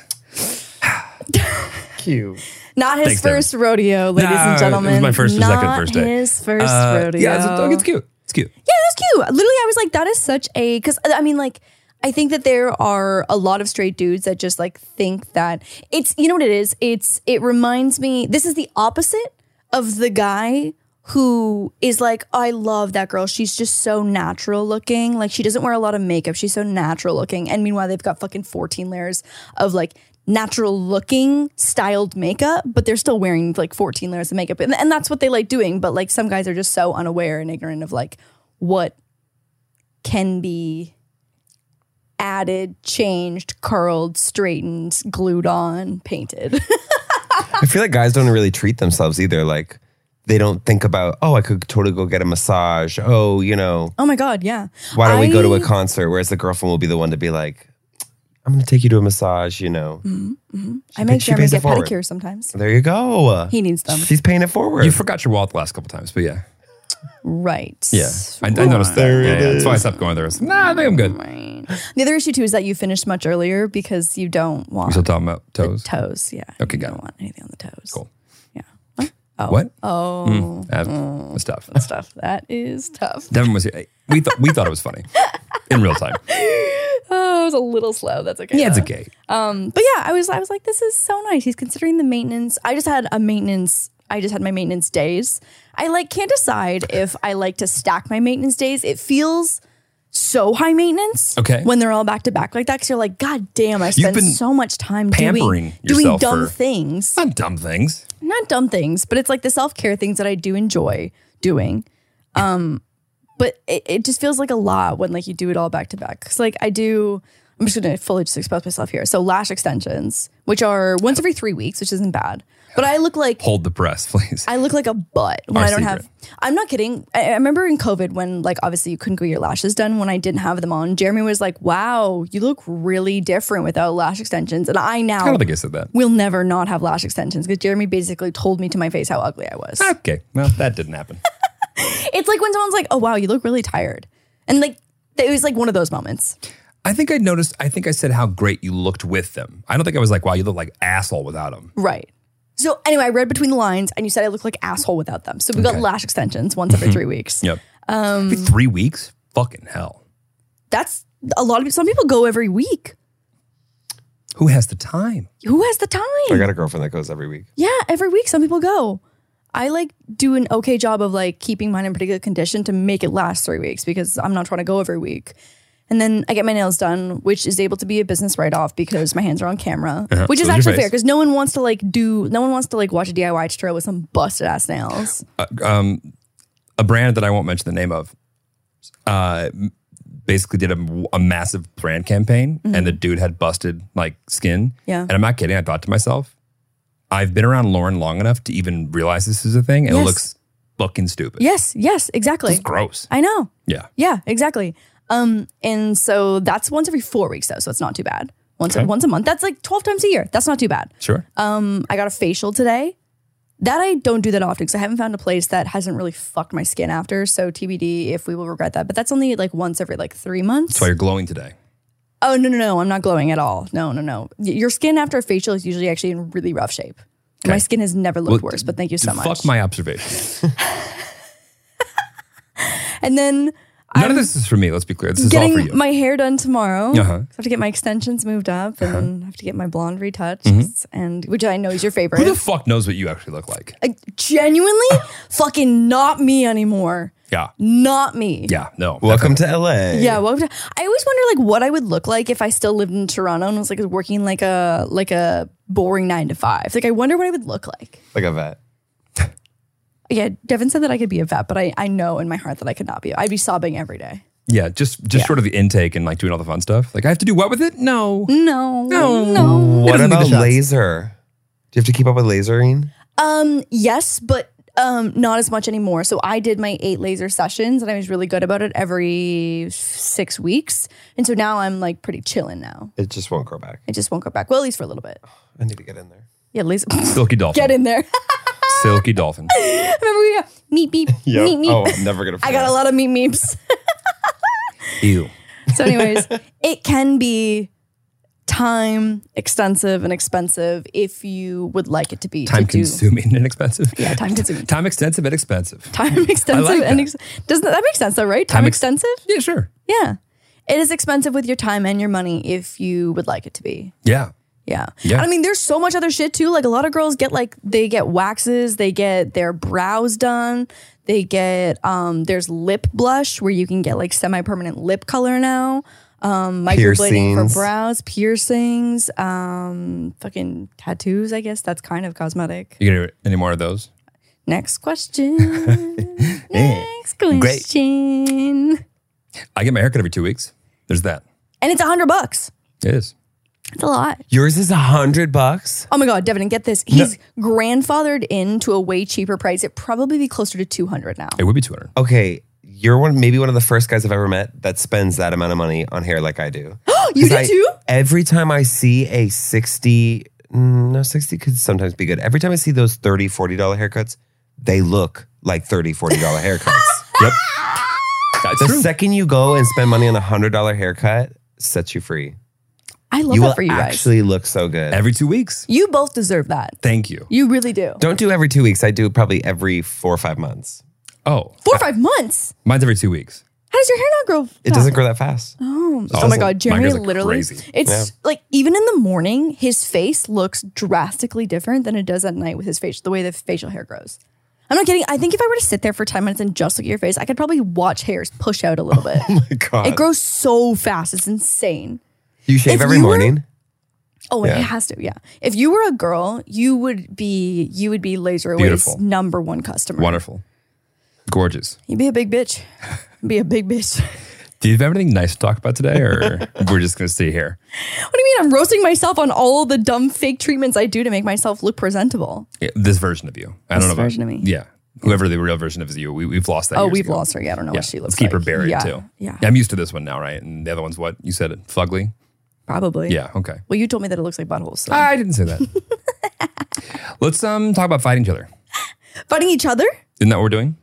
Cute. Not his Thanks, Devin. first rodeo, ladies Nah, it and was gentlemen. my first or Not second first date. His first Uh, rodeo. Yeah, it's, it's cute. It's cute. Yeah, that's cute. Literally, I was like, that is such a because I mean, like, I think that there are a lot of straight dudes that just like think that it's you know what it is. It's it reminds me. This is the opposite of the guy who is like, I love that girl. She's just so natural looking. Like she doesn't wear a lot of makeup. She's so natural looking. And meanwhile, they've got fucking 14 layers of like natural looking styled makeup, but they're still wearing like 14 layers of makeup. And, and that's what they like doing. But like some guys are just so unaware and ignorant of like what can be added, changed, curled, straightened, glued on, painted. I feel like guys don't really treat themselves either. Like they don't think about, oh, I could totally go get a massage. Oh, you know, oh my God. Yeah. why don't we go to I- a concert? Whereas the girlfriend will be the one to be like, I'm going to take you to a massage, you know. Mhm, mhm. She I make pays- she Jeremy pays it get forward. pedicures sometimes. There you go. He needs them. She's paying it forward. You forgot your wallet the last couple times, but yeah. Right. Yeah. I, I noticed that. There Yeah, it yeah. That's why I is. stopped going there. I was, nah, I think I'm good. The other issue too is that you finished much earlier because you don't We want still talking about toes? toes. Yeah. Okay, got it. want anything on the toes. Cool. Oh. What? Oh. Mm, that- that's tough. That's tough. That is tough. Devin was here. We thought we thought it was funny in real time. Oh, it was a little slow. That's okay. Yeah, it's though. okay. Um, but yeah, I was I was like, this is so nice. He's considering the maintenance. I just had a maintenance. I just had my maintenance days. I like can't decide if I like to stack my maintenance days. It feels so high maintenance. Okay. When they're all back to back like that, because you're like, God damn, I spent been so much time doing pampering doing yourself dumb for- things. Not dumb things. Not dumb things, but it's like the self care things that I do enjoy doing. Um, but it, it just feels like a lot when like you do it all back to back. Because like I do, I'm just gonna fully just expose myself here. So lash extensions, which are once every three weeks, which isn't bad. But I look like Hold the press, please. I look like a butt when Our I don't secret. have. I'm not kidding. I, I remember in COVID when, like, obviously you couldn't get your lashes done when I didn't have them on. Jeremy was like, "Wow, you look really different without lash extensions," and I now I don't think I said that. will never not have lash extensions because Jeremy basically told me to my face how ugly I was. Okay, well, that didn't happen. it's like when someone's like, "Oh wow, you look really tired," and like it was like one of those moments. I think I noticed. I think I said how great you looked with them. I don't think I was like, wow, you look like asshole without them. Right. So anyway, I read between the lines, and you said I look like asshole without them. So we got Okay. Mm-hmm. lash extensions once every three weeks. Yep. Um, Every three weeks? Fucking hell. that's a lot of some people go every week. Who has the time? Who has the time? I got a girlfriend that goes every week. yeah, every week some people go. I like do an okay job of like keeping mine in particular condition to make it last three weeks because I'm not trying to go every week. And then I get my nails done, which is able to be a business write off because my hands are on camera, Uh-huh. which So is is your actually face. fair because no one wants to like do, no one wants to like watch a DIY tutorial with some busted ass nails. Uh, um, a brand that I won't mention the name of uh, m- basically did a, a massive brand campaign Mhm. and the dude had busted like skin. Yeah. And I'm not kidding. I thought to myself, I've been around Lauren long enough to even realize this is a thing and Yes. it looks fucking stupid. Yes, yes, exactly. It's gross. I know. Yeah. Yeah, exactly. Um, and so that's once every four weeks though, so it's not too bad. Once Okay. once a month. That's like twelve times a year. That's not too bad. Sure. Um, I got a facial today. That I don't do that often because I haven't found a place that hasn't really fucked my skin after. So TBD if we will regret that. But that's only like once every like three months. That's why you're glowing today. Oh no no no! I'm not glowing at all. No no no. Y- Your skin after a facial is usually actually in really rough shape. And My Okay. skin has never looked Well, worse. But thank you so much. Fuck my observation. and then None of this is for me. Let's be clear. This is all for getting you. my hair done tomorrow. Uh-huh. I have to get my extensions moved up and then I have to get my blonde retouched, Mhm. and which I know is your favorite. Who the fuck knows what you actually look like? I- genuinely, fucking not me anymore. Yeah. Not me. Yeah. No. Welcome to LA. Yeah, well, I always wonder like what I would look like if I still lived in Toronto and was like working like a like a boring nine to five. Like I wonder what I would look like. Like a vet. Yeah, Devin said that I could be a vet, but I, I know in my heart that I could not be. I'd be sobbing every day. Yeah. Just just short of the intake and like doing all the fun stuff. Like I have to do what with it? No. No. No. No. What doesn't need about the shots. laser? Do you have to keep up with lasering? Um, yes, but um, not as much anymore. So I did my eight laser sessions, and I was really good about it every six weeks. And so now I'm like pretty chilling now. It just won't grow back. I just won't go back. Well, at least for a little bit. I need to get in there. Yeah, laser. Silky dolphin. Get in there. Silky dolphin. Remember we got meep meep meep meep. Oh, I'm never gonna. I got a lot of meep meeps. Ew. So, anyways, it can be time extensive and expensive if you would like it to be to Time do- consuming and expensive. Yeah, time consuming. Time extensive and expensive. Time extensive like and that. ex- doesn't that make sense though, right? Time, Time ex- extensive? Yeah, sure. Yeah. It is expensive with your time and your money if you would like it to be. Yeah. Yeah. Yeah. I mean, there's so much other shit too. Like a lot of girls get like they get waxes, they get their brows done, they get um there's lip blush where you can get like semi-permanent lip color now. Um microblading Piercings. for brows, piercings, um fucking tattoos, I guess. That's kind of cosmetic. You gonna do any more of those? Next question. Next question. Great. I get my haircut every two weeks. There's that. And it's a hundred bucks. It is. It's a lot. Yours is a hundred bucks. Oh my God, Devin, and get this. He's grandfathered in to a way cheaper price. It'd probably be closer to 200 now. It would be two hundred. Okay, you're one maybe one of the first guys I've ever met that spends that amount of money on hair like I do. you 'Cause do I- too? Every time I see a 60, mm, no, 60 could sometimes be good. Every time I see those 30, 40 dollar haircuts, they look like 30, 40 dollar haircuts. Yep. That's The true. second you go and spend money on a hundred dollar haircut, sets you free. I love you that will for you guys. actually look so good. every two weeks. you both deserve that. Thank you. You really do. Don't do every two weeks. I do probably every four or five months. Oh, Four or five months. mine's every two weeks. How does your hair not grow? It doesn't grow that fast. Oh, Oh, oh my doesn't- God, mine Jeremy goes like literally. crazy. It's Yeah. like even in the morning, his face looks drastically different than it does at night with his face, the way the facial hair grows. I'm not kidding. I think if I were to sit there for 10 minutes and just look at your face, I could probably watch hairs push out a little bit. Oh my God. it grows so fast. It's insane. you shave if every you were- morning? Oh, and Yeah. it has to, yeah. If you were a girl, you would be you would be Laserwave's Beautiful. number one customer. Wonderful. Gorgeous. You'd be a big bitch. Be a big bitch. Do you have anything nice to talk about today, or we're just going to stay here? What do you mean? I'm roasting myself on all the dumb fake treatments I do to make myself look presentable. Yeah, this version of you. I This don't know about version of me. Yeah, whoever the real version of is you. We, we've lost that. oh, years we've ago. lost her. Yeah, I don't know Yeah, what she let's looks keep like. her buried yeah. too. Yeah, I'm used to this one now, right? And the other one's what you said, fugly. probably. Yeah, Ah. okay. Well, you told me that it looks like buttholes. So. I didn't say that. Let's um talk about fighting each other. Fighting each other? Isn't that what we're doing?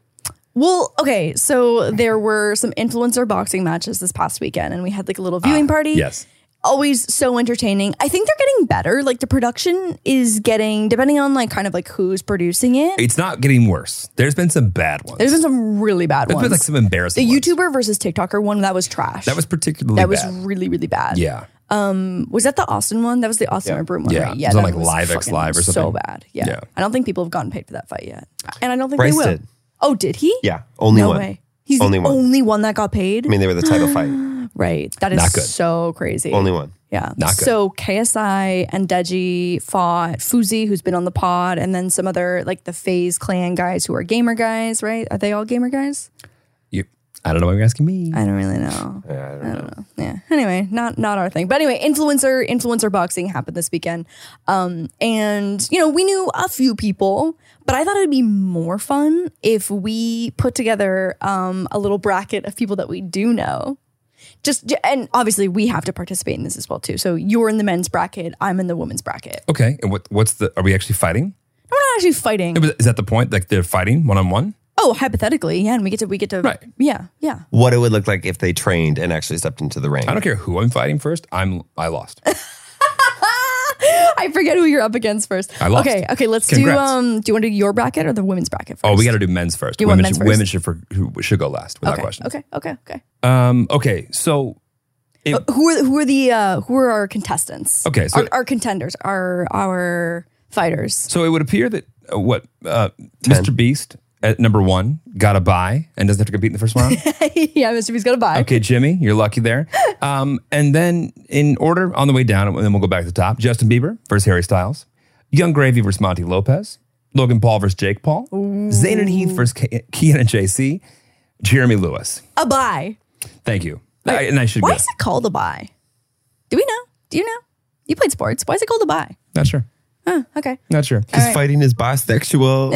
Well, okay. So there were some influencer boxing matches this past weekend, and we had like a little viewing party. Ah, Yes. always so entertaining. I think they're getting better. Like the production is getting, depending on like kind of like who's producing it. It's not getting worse. There's been some bad ones. There's been some really bad There's ones. been like some embarrassing. the ones. YouTuber versus TikToker one that was trash. That was particularly that was bad. really really bad. yeah. Um, was that the Austin one? That was the Austin or Broom one, Yeah. right? It was on, that like, Live X fucking Live or So something. bad. Yeah. Yeah. I don't think people have gotten paid for that fight yet, and I don't think Bryce they will. did. Oh, did he? Yeah, only no one. way. He's Only the one. only one that got paid. I mean, they were the title fight. right. That is Not good. so crazy. Only one. Yeah. Not good. So KSI and Deji fought Fuzi, who's been on the pod, and then some other like the FaZe clan guys who are gamer guys, right? Are they all gamer guys? You, I don't know why you're asking me. I don't really know. Yeah, I don't, know. Yeah. Anyway, not not our thing. But anyway, influencer influencer boxing happened this weekend. Um, and you know, we knew a few people, but I thought it'd be more fun if we put together um a little bracket of people that we do know. Just j- and obviously we have to participate in this as well too. So you're in the men's bracket, I'm in the women's bracket. Okay. And what what's the? Are we actually fighting? We're not actually fighting. Is that the point? Like they're fighting one on one? Oh, hypothetically, yeah, and we get to we get to right. yeah, yeah. What it would look like if they trained and actually stepped into the ring. I don't care who I'm fighting first. I'm I lost. I forget who you're up against first. I lost. Okay, okay, let's Congrats. do um do you want to do your bracket or the women's bracket first? Oh, we got to do men's first. You want women men's should, first? women should for, who should go last without okay, question. Okay, okay, okay. Um. Okay. So. it- Uh, who are who are the uh who are our contestants? Okay, so- our, our contenders, our our fighters. So it would appear that uh, what uh, Mr. Beast at number one got a bye and doesn't have to compete in the first round. yeah, Mr. B's got a buy. okay, Jimmy, you're lucky there. Um, and then in order on the way down, and then we'll go back to the top. Justin Bieber versus Harry Styles, Young Gravy versus Monty Lopez, Logan Paul versus Jake Paul, Zayn and Heath versus Ke- Kean and JC, Jeremy Lewis. A buy. Thank you. I- and I should Why go. is it called a buy? Do we know? Do you know? You played sports. Why is it called a buy? Not sure. Huh, okay. Not sure. Because All right. fighting is bisexual.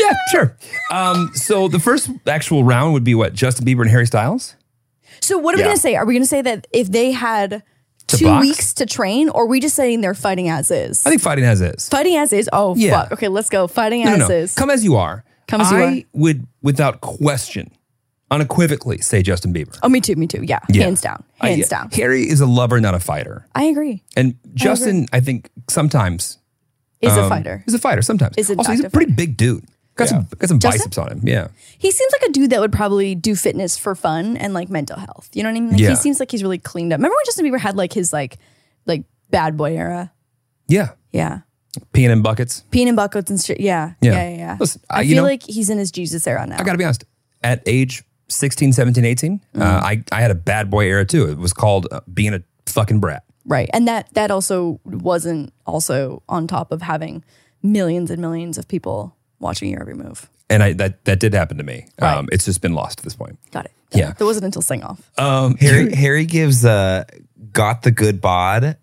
yeah, sure. Um, so the first actual round would be what Justin Bieber and Harry Styles. So what are we Yeah. gonna say? Are we gonna say that if they had To two box? weeks to train, or are we just saying they're fighting as is? I think fighting has is. Fighting as is. Oh Yeah. fuck. Okay, let's go. Fighting No, as no, no. is. Come as you are. Come as you I are. would, without question, unequivocally say Justin Bieber. Oh, me too. Me too. Yeah. Yeah. Hands down. I- Hands down. Harry is a lover, not a fighter. I agree. And Justin, I, think sometimes Is a um, fighter. Is a fighter sometimes. Is an also, he's a active pretty big dude. Got some got some Justin? biceps on him. Yeah. He seems like a dude that would probably do fitness for fun and like mental health. You know what I mean? Like, Yeah. He seems like he's really cleaned up. Remember when Justin Bieber had like his like like bad boy era? Yeah. Yeah. Peeing in buckets. Peeing in buckets and shit. Yeah. Yeah. Yeah. Yeah. yeah. Listen, I, I- you feel know- like he's in his Jesus era now. I got to be honest. At age 16, 17, 18, uh, Mm-hmm. I, I had a bad boy era too. It was called uh, being a fucking brat. right. And that that also wasn't also on top of having millions and millions of people watching your every move. And I that, that did happen to me. Um, it's just been lost at this point. Got it. Yeah. That wasn't until sing off. Um, Harry Harry gives uh got the good bod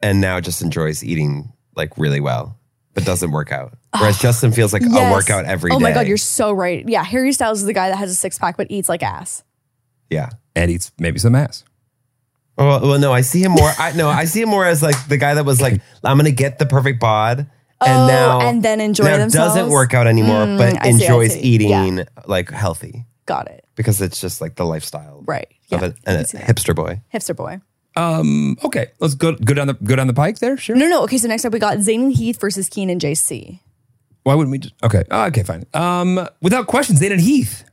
and now just enjoys eating like really well, but doesn't work out. Whereas Justin feels like I'll work out every day. Oh my god, you're so right. Yeah, Harry Styles is the guy that has a six pack but eats like ass. yeah. And eats maybe some ass. Oh, well, well, no, I see him more. I no, I see him more as like the guy that was like, I'm gonna get the perfect bod, and oh, now and then enjoy now themselves. doesn't work out anymore, Mm, but I see, I enjoys see. eating Yeah. like healthy Got it. because it's just like the lifestyle Right. of a, a hipster boy. Hipster boy. Um, okay, let's go go down the go down the pike there. Sure. No, no. Okay, so next up we got Zayn and Heath versus Keen and JC. Why wouldn't we? Just, okay. Oh, okay. Fine. Um, without questions, Zayn and Heath.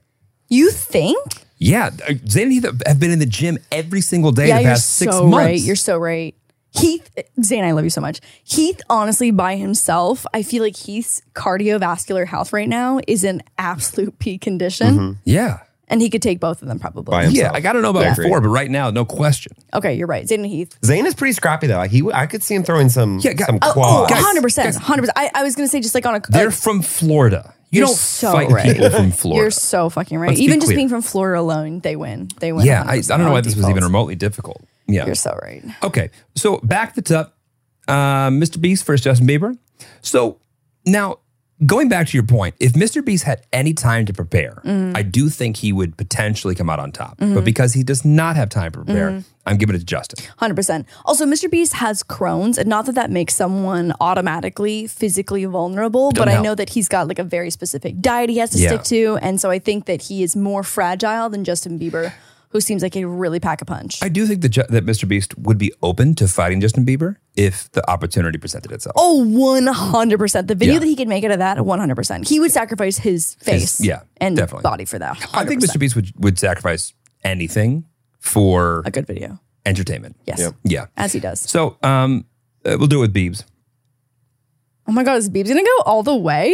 You think? Yeah, uh, Zayn and Heath have been in the gym every single day yeah, the you're past six so months. right. You're so right. Heath, Zayn, I love you so much. Heath, honestly, by himself, I feel like Heath's cardiovascular health right now is in absolute peak condition, Mm-hmm. yeah. and he could take both of them probably. Yeah, like, I don't know about before, but right now, no question. Okay, you're right. Zayn and Heath. Zayn is pretty scrappy though. He, I could see him throwing some, Yeah, guys- some Oh, oh, quads. guys, 100%. 100%. I, I was going to say just like on a They're from Florida. You You're don't so fight right. people from Florida. You're so fucking right. Let's be Even just clear. being from Florida alone, they win. They win. yeah, I, I 100% don't know on why this was default. even remotely difficult. Yeah, You're so right. Okay, so back the top, uh, Mr. Beast versus Justin Bieber. So now going back to your point, if Mr. Beast had any time to prepare, Mhm. I do think he would potentially come out on top. But Mhm. because he does not have time to prepare, Mhm. I'm giving it to Justin. Hundred percent. Also, Mr. Beast has Crohn's, and not that that makes someone automatically physically vulnerable, Don't but I help. know that he's got like a very specific diet he has to Yeah. stick to, and so I think that he is more fragile than Justin Bieber, who seems like a really pack a punch. I do think that, Ju- that Mr. Beast would be open to fighting Justin Bieber if the opportunity presented itself. Oh, 100%. The video Yeah. that he could make out of that, 100%. He would sacrifice his face yeah, and definitely. body for that. 100%. I think Mr. Beast would, would sacrifice anything for a good video, entertainment. Yes. Yep. Yeah. As he does. So um, uh, we'll do it with Beebs. Oh my God, is Biebs going to go all the way?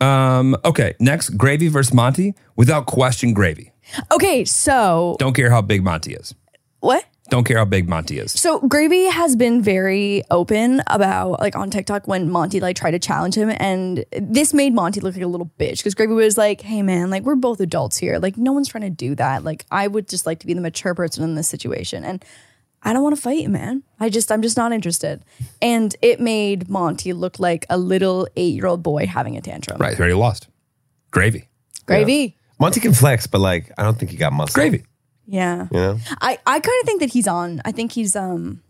Um, okay. Next, Gravy versus Monty. Without question, Gravy. Okay, so Don't care how big Monty is. what? Don't care how big Monty is. So Gravy has been very open about like on TikTok when Monty like tried to challenge him, and this made Monty look like a little bitch because Gravy was like, "Hey man, like we're both adults here. Like no one's trying to do that. Like I would just like to be the mature person in this situation, and I don't want to fight, man. I just I'm just not interested." And it made Monty look like a little eight year old boy having a tantrum. Right. He already lost. Gravy. Gravy. Monty can flex, but like I don't think he got muscle. Gravy. Yeah. You know? I I kind of think that he's on. I think he's um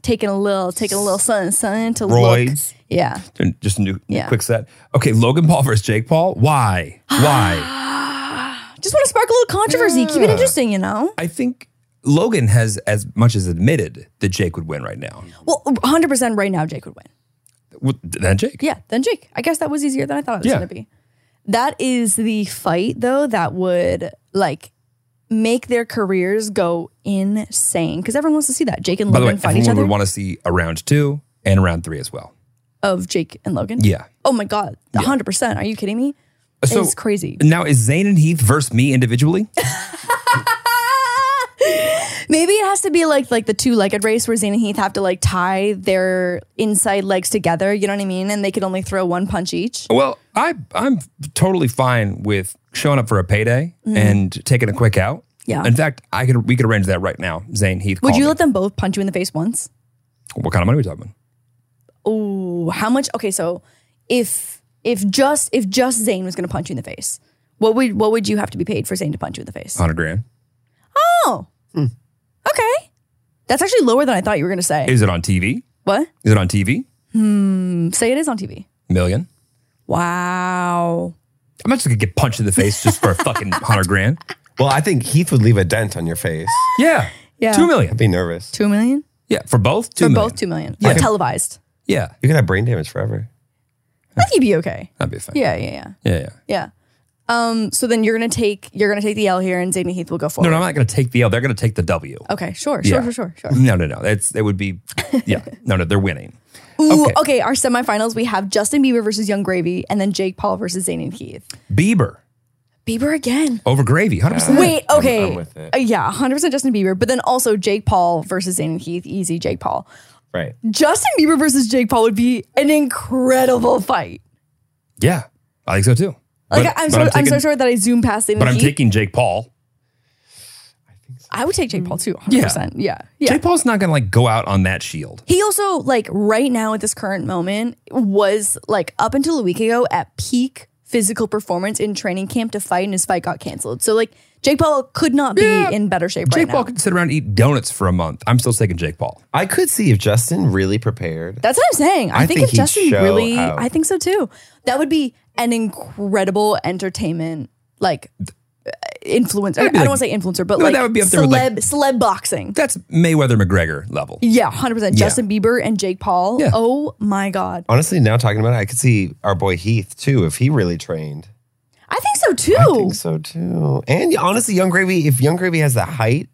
taking a little taking a little something something to look. Roids. Yeah. And Just a new, new Yeah. quick set. Okay. Logan Paul versus Jake Paul. Why? Why? just want to spark a little controversy. Keep it Yeah. interesting, you know? I think Logan has as much as admitted that Jake would win right now. Well, 100% right now, Jake would win. Well, Then Jake. Yeah, then Jake. I guess that was easier than I thought it was Yeah. going to be. That is the fight, though, that would like make their careers go insane because everyone wants to see that. Jake and By the way, Logan fight each everyone other would want to see a round two and a round three as well. of Jake and Logan. Yeah. Oh my God. 100%. Are you kidding me? So- it's crazy. Now, is Zayn and Heath versus me individually? Maybe it has to be like like the two legged race where Zayn and Heath have to like tie their inside legs together. You know what I mean? And they could only throw one punch each. Well, I I'm totally fine with showing up for a payday Mhm. and taking a quick out. Yeah. In fact, I could we could arrange that right now. Zane Heath. Would call you me. let them both punch you in the face once? What kind of money are we talking? about? Oh, how much? Okay, so if if just if just Zayn was going to punch you in the face, what would what would you have to be paid for Zayn to punch you in the face? Hundred grand. Oh, Hmm. okay, that's actually lower than I thought you were going to say. Is it on TV? what? Is it on TV? Hmm. Say it is on TV. Million. Wow. I'm not just gonna get punched in the face just for a fucking hundred grand. Well, I think Heath would leave a dent on your face. Yeah. Yeah. Two million. I'd be nervous. Two million Yeah. For both. for Two million. both two million. Yeah. Uh, televised. Yeah. You could have brain damage forever. I think you'd be okay. That'd be fine. Yeah, yeah, yeah, Yeah. Yeah. yeah. Um. So then you're gonna take you're gonna take the L here, and Zayn and Heath will go No, forward. no, I'm not gonna take the L. They're gonna take the W. Okay. Sure. Sure. Yeah. Mm-hmm. Sure. Sure. Sure. No, no, no. It's it would be. Yeah. No, no. They're winning. Ooh, Okay. okay. Our semifinals, we have Justin Bieber versus Young Gravy, and then Jake Paul versus Zayn and Heath. Bieber Bieber again. over Gravy. Hundred percent. Wait, okay. Uh, yeah, 100% Justin Bieber, but then also Jake Paul versus Zayn and Heath. Easy, Jake Paul. Right. Justin Bieber versus Jake Paul would be an incredible fight. Yeah. I think so too. Like, But- I'm, but so, I'm, taking- so sorry that I zoomed past Zayn But and I'm Heath. taking Jake Paul. I would take Jake Paul too, 100%. Yeah. yeah. Jake Paul's not going to like go out on that shield. He also, like, right now at this current moment, was like up until a week ago at peak physical performance in training camp to fight, and his fight got canceled. So, like, Jake Paul could not be in better shape Jake right Paul now. could sit around and eat donuts for a month. I'm still taking Jake Paul. I could see if Justin really prepared. That's what I'm saying. I, I think, think if he'd Justin show really, out. I think so too. That would be an incredible entertainment, like uh, influencer. I That'd don't be like- want to say influencer, but No, like that would be up there celeb, with, like- celeb boxing. That's Mayweather McGregor level. Yeah, hundred percent. Yeah. Justin Bieber and Jake Paul. Yeah. Oh my god, Honestly, now talking about it, I could see our boy Heath too if he really trained. I think so too. I think so too. And honestly, Young Gravy, if Young Gravy has the height,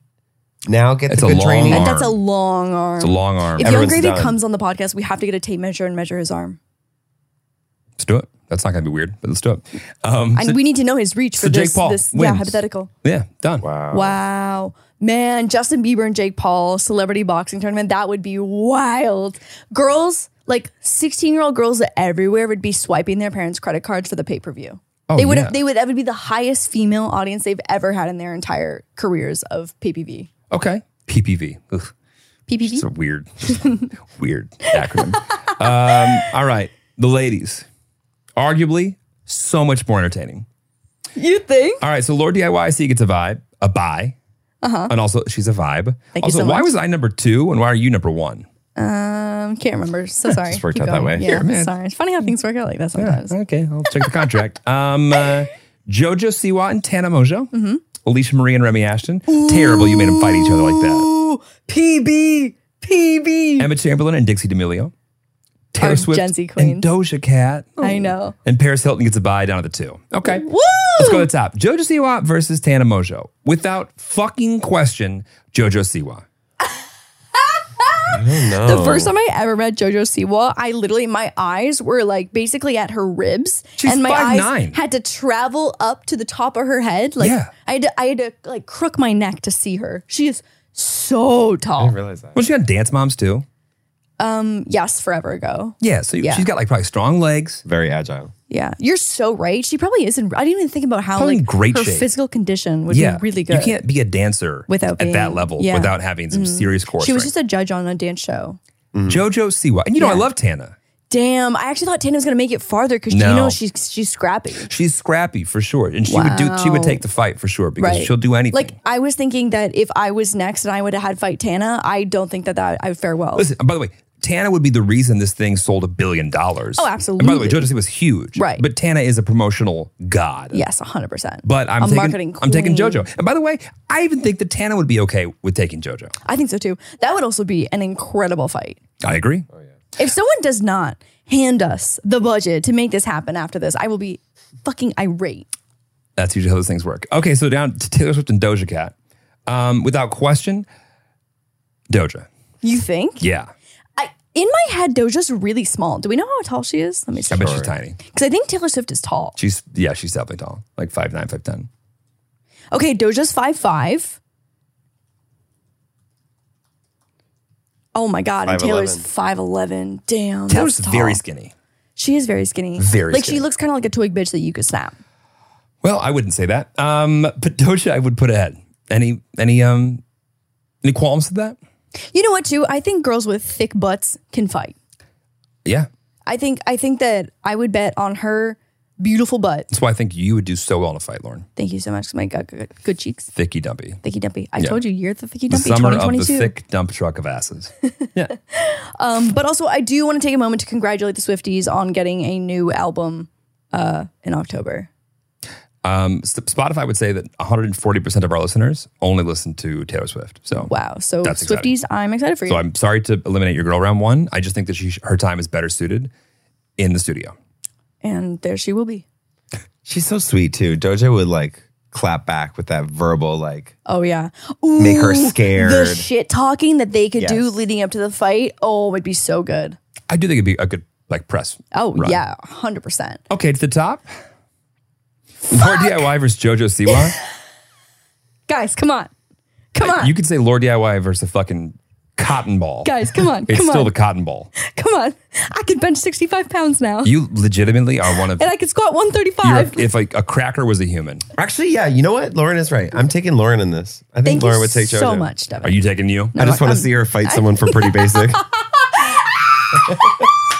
now get It's the a good long training. arm. And that's a long arm. It's a long arm. If Everyone's Young Gravy done. comes on the podcast, we have to get a tape measure and measure his arm, Let's do it. That's not going to be weird, but let's do it. Um, and so- we need to know his reach for so Jake this. Paul this yeah, wins. hypothetical. yeah, done. Wow. Wow. Man, Justin Bieber and Jake Paul celebrity boxing tournament. That would be wild. Girls, like 16 year old girls everywhere would be swiping their parents' credit cards for the pay per view. Oh, they would yeah. have, they would that would be the highest female audience they've ever had in their entire careers of PPV. Okay. PPV. Ugh, PPV. it's a weird, weird acronym. um, all right. The ladies. Arguably, so much more entertaining. you think? All right. So Lord DIY C gets a vibe, a buy, Uh and also she's a vibe. Thank you also, so why much. was I number two and why are you number one? huh. Um, can't remember. So sorry. just worked Keep out that going. way. Yeah, Here, man. sorry. It's funny how things work out like that sometimes. okay, I'll check the contract. um, uh, Jojo Siwa and Tana Mojo, Mm-hmm. Alicia Marie and Remy Ashton. Terrible. You made them fight each other like that. Ooh, PB, PB. Emma Chamberlain and Dixie D'Amelio. Taylor Our Swift Gen Z and queens. Doja Cat. I know. And Paris Hilton gets a bye down at the two. Okay. Woo! Let's go to the top. Jojo Siwa versus Tana Mojo. Without fucking question, Jojo Siwa. I don't know. Oh. The first time I ever met JoJo Siwa, I literally my eyes were like basically at her ribs, She's and my 5'9". eyes had to travel up to the top of her head. Like Yeah. I had to, I had to like crook my neck to see her. She is so I tall. didn't realize that. Was she on Dance Moms too? Um, yes, forever ago. Yeah. So Yeah. she's got like probably strong legs. Very agile. Yeah, you're so right. She probably isn't. I didn't even think about how Probably in like great her shape. physical condition would be really good. You can't be a dancer Without at being- that level yeah. Mm-hmm. without having some serious core she was strength. just a judge on a dance show. Jojo Siwa. And you know, I Yeah. love Tana. Damn, I actually thought Tana was gonna make it farther because No. you know she's she's scrappy. She's scrappy for sure. And she would do she would Wow. take the fight for sure because Right. she'll do anything. Like I was thinking that if I was next and I would have had fight Tana, I don't think that that I would fare well. Listen, by the way, Tana would be the reason this thing sold a billion dollars. Oh, And by the way, absolutely. Jojo Siwa was huge. Right. But Tana is a promotional god. yes, hundred percent. But I'm A taking marketing I'm taking queen. JoJo. And by the way, I even think that Tana would be okay with taking JoJo. I think so too. That would also be an incredible fight. I agree. If someone does not hand us the budget to make this happen after this, I will be fucking irate. That's usually how those things work. Okay, so down to Taylor Swift and Doja Cat. Um, without question, Doja. You think? Yeah. I in my head, Doja's really small. Do we know how tall she is? Let me I see. bet she's tiny. Because I think Taylor Swift is tall. She's yeah, she's definitely tall. Like five nine, five ten. Okay, Doja's five five. Oh my god, and Taylor's 5'11". five eleven. Damn, Taylor's that's tall. very skinny. She is very skinny. Very like skinny. she looks kind of like a twig bitch that you could snap. Well, I wouldn't say that. Um, but Doja I would put ahead. Any any um any qualms with that? You know what? Too, I think girls with thick butts can fight. Yeah. I think I think that I would bet on her beautiful butt. That's why I think you would do so well in a fight, Lauren. Thank you so much. My good, good, good cheeks, Thicky dumpy. thicky dumpy. I Yeah. told you, you're the thicky The dumpy. summer of the 2022. thick dump truck of asses. Um, but also, I do want to take a moment to congratulate the Swifties on getting a new album uh, in October. Um, S- Spotify would say that 140% of our listeners only listen to Taylor Swift. So, Wow. So, That's Swifties, exciting. I'm excited for you. so I'm sorry to eliminate your girl round one. I just think that she, her time is better suited in the studio. and there she will be. She's so sweet too. Doja would like clap back with that verbal like Oh, yeah. Ooh, Make her scared. The shit talking that they could do Yes. leading up to the fight. Oh, it would be so good. I do think it'd be a good like press. Oh, Right. yeah. 100%. Okay, to the top. Lord DIY versus JoJo Siwa. Guys, come on. Come on. you could say Lord DIY versus a fucking cotton ball. Guys, come on. it's come still on. the cotton ball. come on. I could bench 65 pounds now. You legitimately are one of and I could squat you're a- 135. if like a cracker was a human. Actually, yeah, you know what? Lauren is right. I'm taking Lauren in this. I think Thank Lauren you would take JoJo. so much, Devin. Are you taking you? I just want to see her fight someone for pretty basic.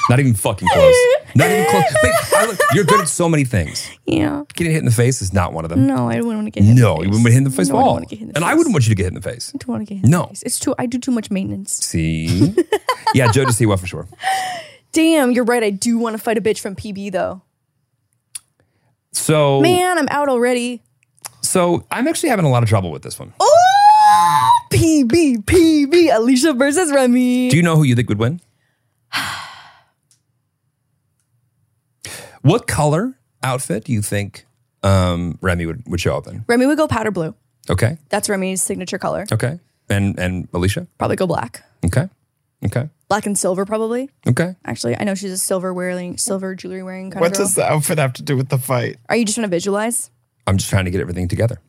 Not even fucking close. Not even close. Wait, I look, you're good at so many things. yeah. Getting hit in the face is not one of them. No, I wouldn't want to get hit. No, in the you face. wouldn't hit in the face no, at I all. don't want to get hit in the and face. I wouldn't want you to get hit in the face. I don't want to get hit in No. the face. It's too. I do too much maintenance. See? yeah, Joe to see what for sure. Damn, you're right. I do want to fight a bitch from PB though. So, Man, I'm out already. so I'm actually having a lot of trouble with this one. Oh, PB, PB, Alicia versus Remy. Do you know who you think would win? What color outfit do you think um, Remy would, would show up in? Remy would go powder blue. Okay. That's Remy's signature color. Okay. And and Alicia? Probably go black. Okay. Okay. Black and silver, probably. Okay. Actually, I know she's a silver wearing, silver jewelry wearing kind what of girl. does the outfit have to do with the fight? Are you just trying to visualize? I'm just trying to get everything together.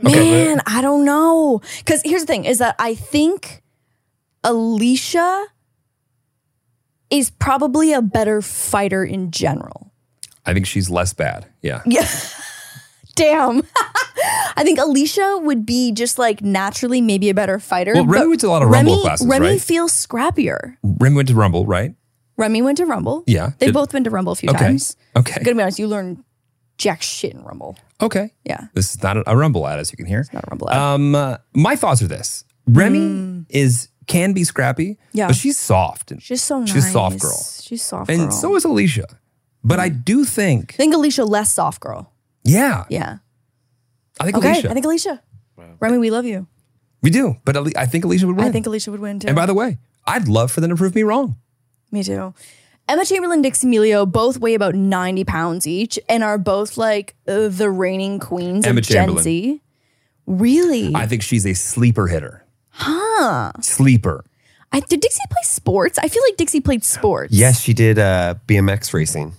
Man, I don't know. Because here's the thing: is that I think Alicia is probably a better fighter in general. I think she's less bad. Yeah. Yeah. Damn. I think Alicia would be just like naturally maybe a better fighter. Well, Remy but went to a lot of Remy, Rumble classes, Remy right? feels scrappier. Remy went to Rumble, right? Remy went to Rumble. Yeah. They've Did- both been to Rumble a few Okay. times. Okay. Gonna be honest, you learn jack shit in Rumble. Okay. Yeah. This is not a, a rumble ad, as you can hear. It's not a rumble ad. Um, uh, my thoughts are this: Remy is can be scrappy, Hmm. Yeah. but she's soft. And, She's so nice. She's soft girl. She's soft and girl. so is Alicia. But I do think, I think Alicia less soft girl. yeah, Yeah. I think okay. Alicia. I think Alicia. Remy, we love you. we do. But Ali- I think Alicia would win. I think Alicia would win too. and by the way, I'd love for them to prove me wrong. Me too. Emma Chamberlain, Dixie Emilio both weigh about 90 pounds each and are both like uh, the reigning queens Emma of Gen Chamberlain. Z. Really? I think she's a sleeper hitter. huh. Sleeper. I, did Dixie play sports? I feel like Dixie played sports. Yes, she did uh, BMX racing.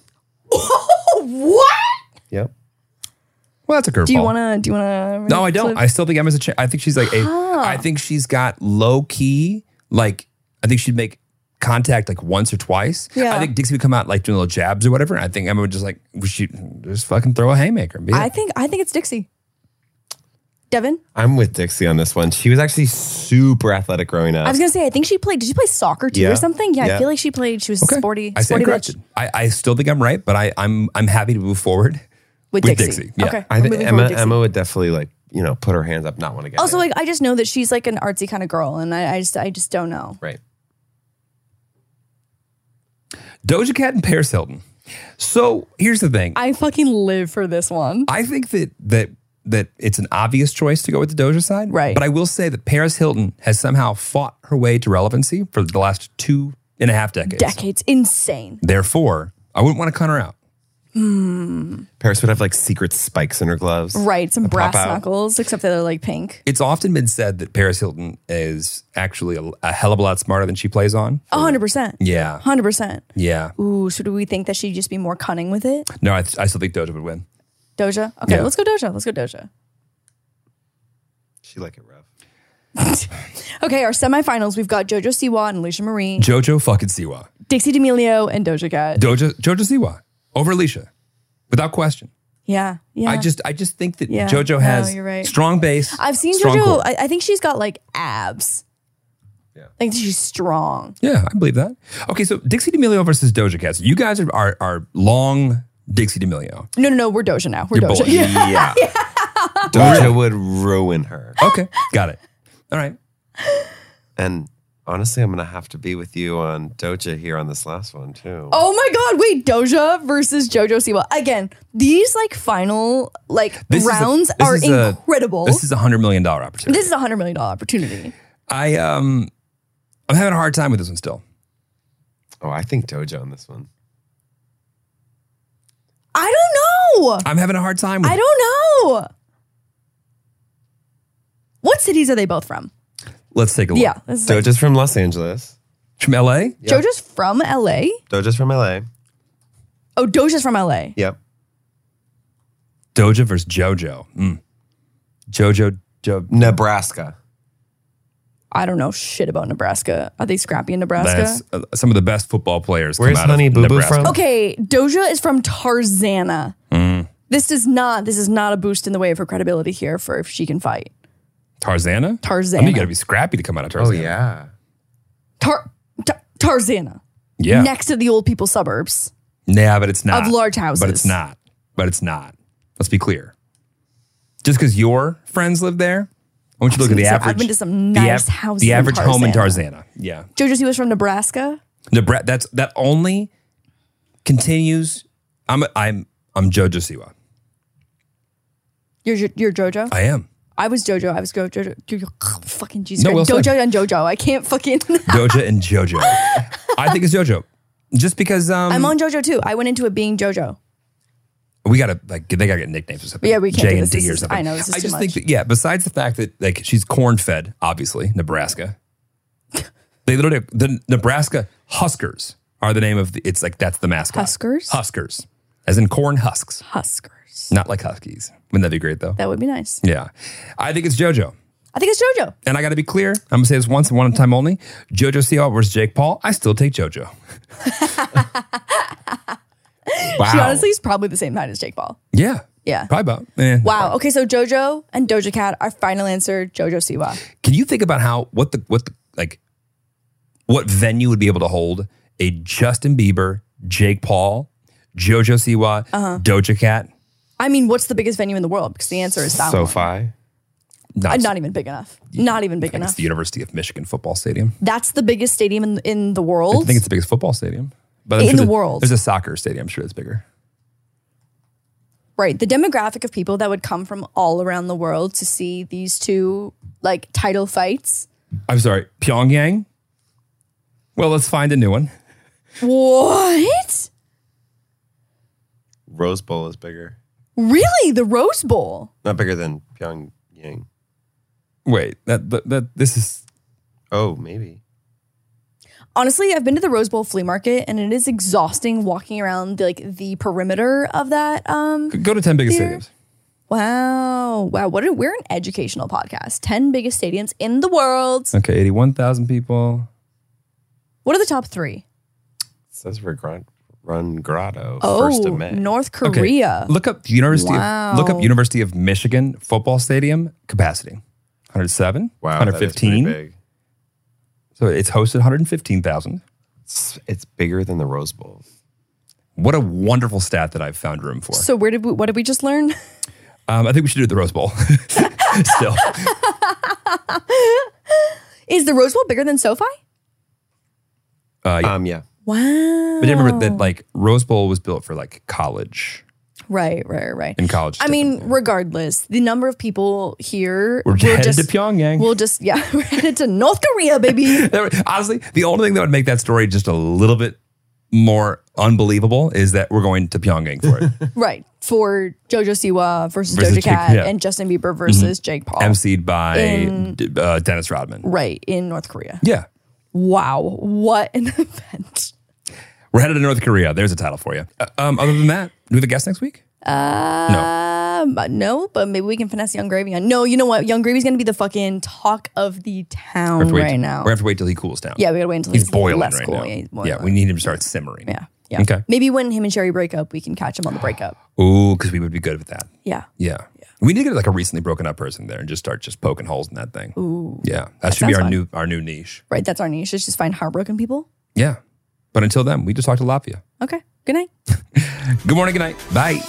what? Yep. Well, that's a curveball. Do you want to? Do you want to? Oh. No, I don't. I still think Emma's a. Cha- I think she's like a. Huh. I think she's got low key. Like I think she'd make contact like once or twice. Yeah. I think Dixie would come out like doing little jabs or whatever. And I think Emma would just like she just fucking throw a haymaker. and be I it. think. I think it's Dixie. Devin, I'm with Dixie on this one. She was actually super athletic growing up. I was gonna say. I think she played. Did she play soccer too Yeah. or something? Yeah, I Yeah. feel like she played. She was Okay. sporty. I sporty stand bitch. corrected. I, I still think I'm right, but I I'm I'm happy to move forward With Dixie. Yeah. Okay. I We're think moving forward, Emma Dixie. Emma would definitely like you know put her hands up, not want to get Also, hit. like I just know that she's like an artsy kind of girl, and I, I just I just don't know. right. Doja Cat and Paris Hilton. So here's the thing. I fucking live for this one. I think that that that it's an obvious choice to go with the Doja side, Right. But I will say that Paris Hilton has somehow fought her way to relevancy for the last two and a half decades. Decades, insane. Therefore, I wouldn't want to cut her out. Paris would have like secret spikes in her gloves. Right, some A brass pop out. knuckles, except that they're like pink. It's often been said that Paris Hilton is actually a, a hell of a lot smarter than she plays on. A hundred percent, Yeah, hundred percent. yeah. Ooh, so do we think that she'd just be more cunning with it? No, I, I still think Doja would win. Doja. Okay, Yeah. let's go Doja. Let's go Doja. She like it rough. Okay, our semifinals. We've got JoJo Siwa and Alicia Marie, Jojo fucking Siwa. Dixie D'Amelio, and Doja Cat. Doja Jojo Siwa over Alicia, without question. yeah, yeah. I just I just think that Yeah. Jojo No, has you're right. strong bass. I've seen strong JoJo. core. I, I think she's got like abs. Yeah, like she's strong. Yeah, I believe that. Okay, so Dixie D'Amelio versus Doja Cat. So you guys are are, are long Dixie D'Amelio. No, no, no. We're Doja now. We're You're Doja. both- Yeah. Doja would ruin her. Okay, got it. All right. And honestly, I'm gonna have to be with you on Doja here on this last one too. Oh my god, wait, Doja versus JoJo Siwa. Again, these like final like This is a- rounds this are is a- incredible. This is a hundred million dollar opportunity. This is a hundred million dollar opportunity. I um, I'm having a hard time with this one still. Oh, I think Doja on this one. I don't know. I'm having a hard time. With I it. don't know. What cities are they both from? Let's take a look. Yeah, this is like- Doja's from Los Angeles. From LA. JoJo's from LA. Doja's from LA. Oh, Doja's from LA. Yep. Doja versus Jojo. Mm. Jojo. Jo- Nebraska. I don't know shit about Nebraska. Are they scrappy in Nebraska? that's uh, some of the best football players. Where's come out Honey of Boo Boo Nebraska. from? okay, Doja is from Tarzana. Mm. This is not this is not a boost in the way of her credibility here for if she can fight. Tarzana. I Tarzana. mean, you got to be scrappy to come out of Oh, Oh, Tarzana. yeah. Tar- Tar- Tarzana. Yeah. Next to the old people suburbs. Nah, but it's not Of large houses. But it's not. But it's not. Let's be clear. Just because your friends live there, I want you to look at the So average. I've been to some the nice av- houses. The average in home in Tarzana. Tarzana. Yeah, Jojo Siwa's from Nebraska. Nebraska. That's that only continues. I'm I'm I'm Jojo Siwa. You're, Jo- you're Jojo? I, I am was Jojo. I was go Jojo. Jojo. Fucking Jesus No, Christ. well said. Jojo and Jojo. I can't fucking. Doja and Jojo. I think it's Jojo, just because um I'm on Jojo too. I went into it being Jojo. we gotta like they gotta get nicknames or something. Yeah, we can't J do and this. D This or is- something. I know, this is I too just much. think that yeah. Besides the fact that like she's corn fed, obviously Nebraska. they literally the Nebraska Huskers are the name of the, it's like that's the mascot. Huskers? Huskers, as in corn husks, Huskers. not like Huskies. Wouldn't that be great though? That would be nice. yeah, I think it's JoJo. I I think it's JoJo. And I got to be clear. I'm gonna say this once and one time only. JoJo Siwa versus Jake Paul. I still take JoJo. She honestly is probably the same height as Jake Paul. yeah. Yeah. Probably about. eh. Wow. Okay, so JoJo and Doja Cat, our final answer, JoJo Siwa. Can you think about how what the what the like what venue would be able to hold a Justin Bieber, Jake Paul, JoJo Siwa, Uh-huh. Doja Cat? I mean, what's the biggest venue in the world? Because the answer is that one. SoFi. Not, I'm Uh, not even big enough. Not even big I think it's enough. the University of Michigan football stadium. That's the biggest stadium in, in the world. I think it's the biggest football stadium. But I'm In sure the that- world. there's a soccer stadium. I'm sure it's bigger. Right. The demographic of people that would come from all around the world to see these two like title fights. I'm sorry, Pyongyang. Well, let's find a new one. What? Rose Bowl is bigger. Really? The Rose Bowl? Not bigger than Pyongyang. Wait, that that, that this is. Oh, maybe. Honestly, I've been to the Rose Bowl flea market and it is exhausting walking around like the perimeter of that. Um Go to 10 biggest Here. stadiums. wow. Wow. What a, we're an educational podcast. 10 biggest stadiums in the world. Okay, 81,000 people. What are the top 3? It says we're grunt. Run Grotto, first Oh, of May. North Korea. Okay. Look up the University Wow. of, look up University of Michigan football stadium capacity. 107, Wow, that is 115. pretty big. So it's hosted 115,000. It's, it's bigger than the Rose Bowl. What a wonderful stat that I've found room for. So where did we, what did we just learn? um, I think we should do the Rose Bowl. Still. Is the Rose Bowl bigger than SoFi? Uh, yeah. Um, yeah. Wow. But I remember that like Rose Bowl was built for like college Right, right, right. and college. I mean, regardless, the number of people here We're will headed to Pyongyang. We'll just yeah, we're headed to North Korea, baby. Honestly, the only thing that would make that story just a little bit more unbelievable is that we're going to Pyongyang for it. right. For JoJo Siwa versus, Versus Doja Jake- Cat yeah. Mm-hmm. and Justin Bieber versus Jake Paul. emceed by In- D- uh, Dennis Rodman. right, in North Korea. Yeah. Wow. What an event. We're headed to North Korea. There's a title for you. Uh, um, other than that, do we have a guest next week? Um, no. no, but maybe we can finesse Young Gravy on. No, you know what? Young Gravy's gonna be the fucking talk of the We have town to wait- right now. We're gonna have to wait till he cools down. Yeah, we gotta wait until he's, he's boiling less right cool. now. Yeah, he's yeah, we need him to start simmering. Yeah. Yeah. Okay. Maybe when him and Sherry break up, we can catch him on the breakup. Ooh, because we would be good with that. Yeah. Yeah. We need to get like a recently broken up person there and just start just poking holes in that thing. Ooh. Yeah, that, That should be our sounds fun. new our new niche. Right. That's our niche. It's just find heartbroken people. Yeah. But until then, we just talked to Latvia. Okay. Good night. Good morning. Good night. Bye.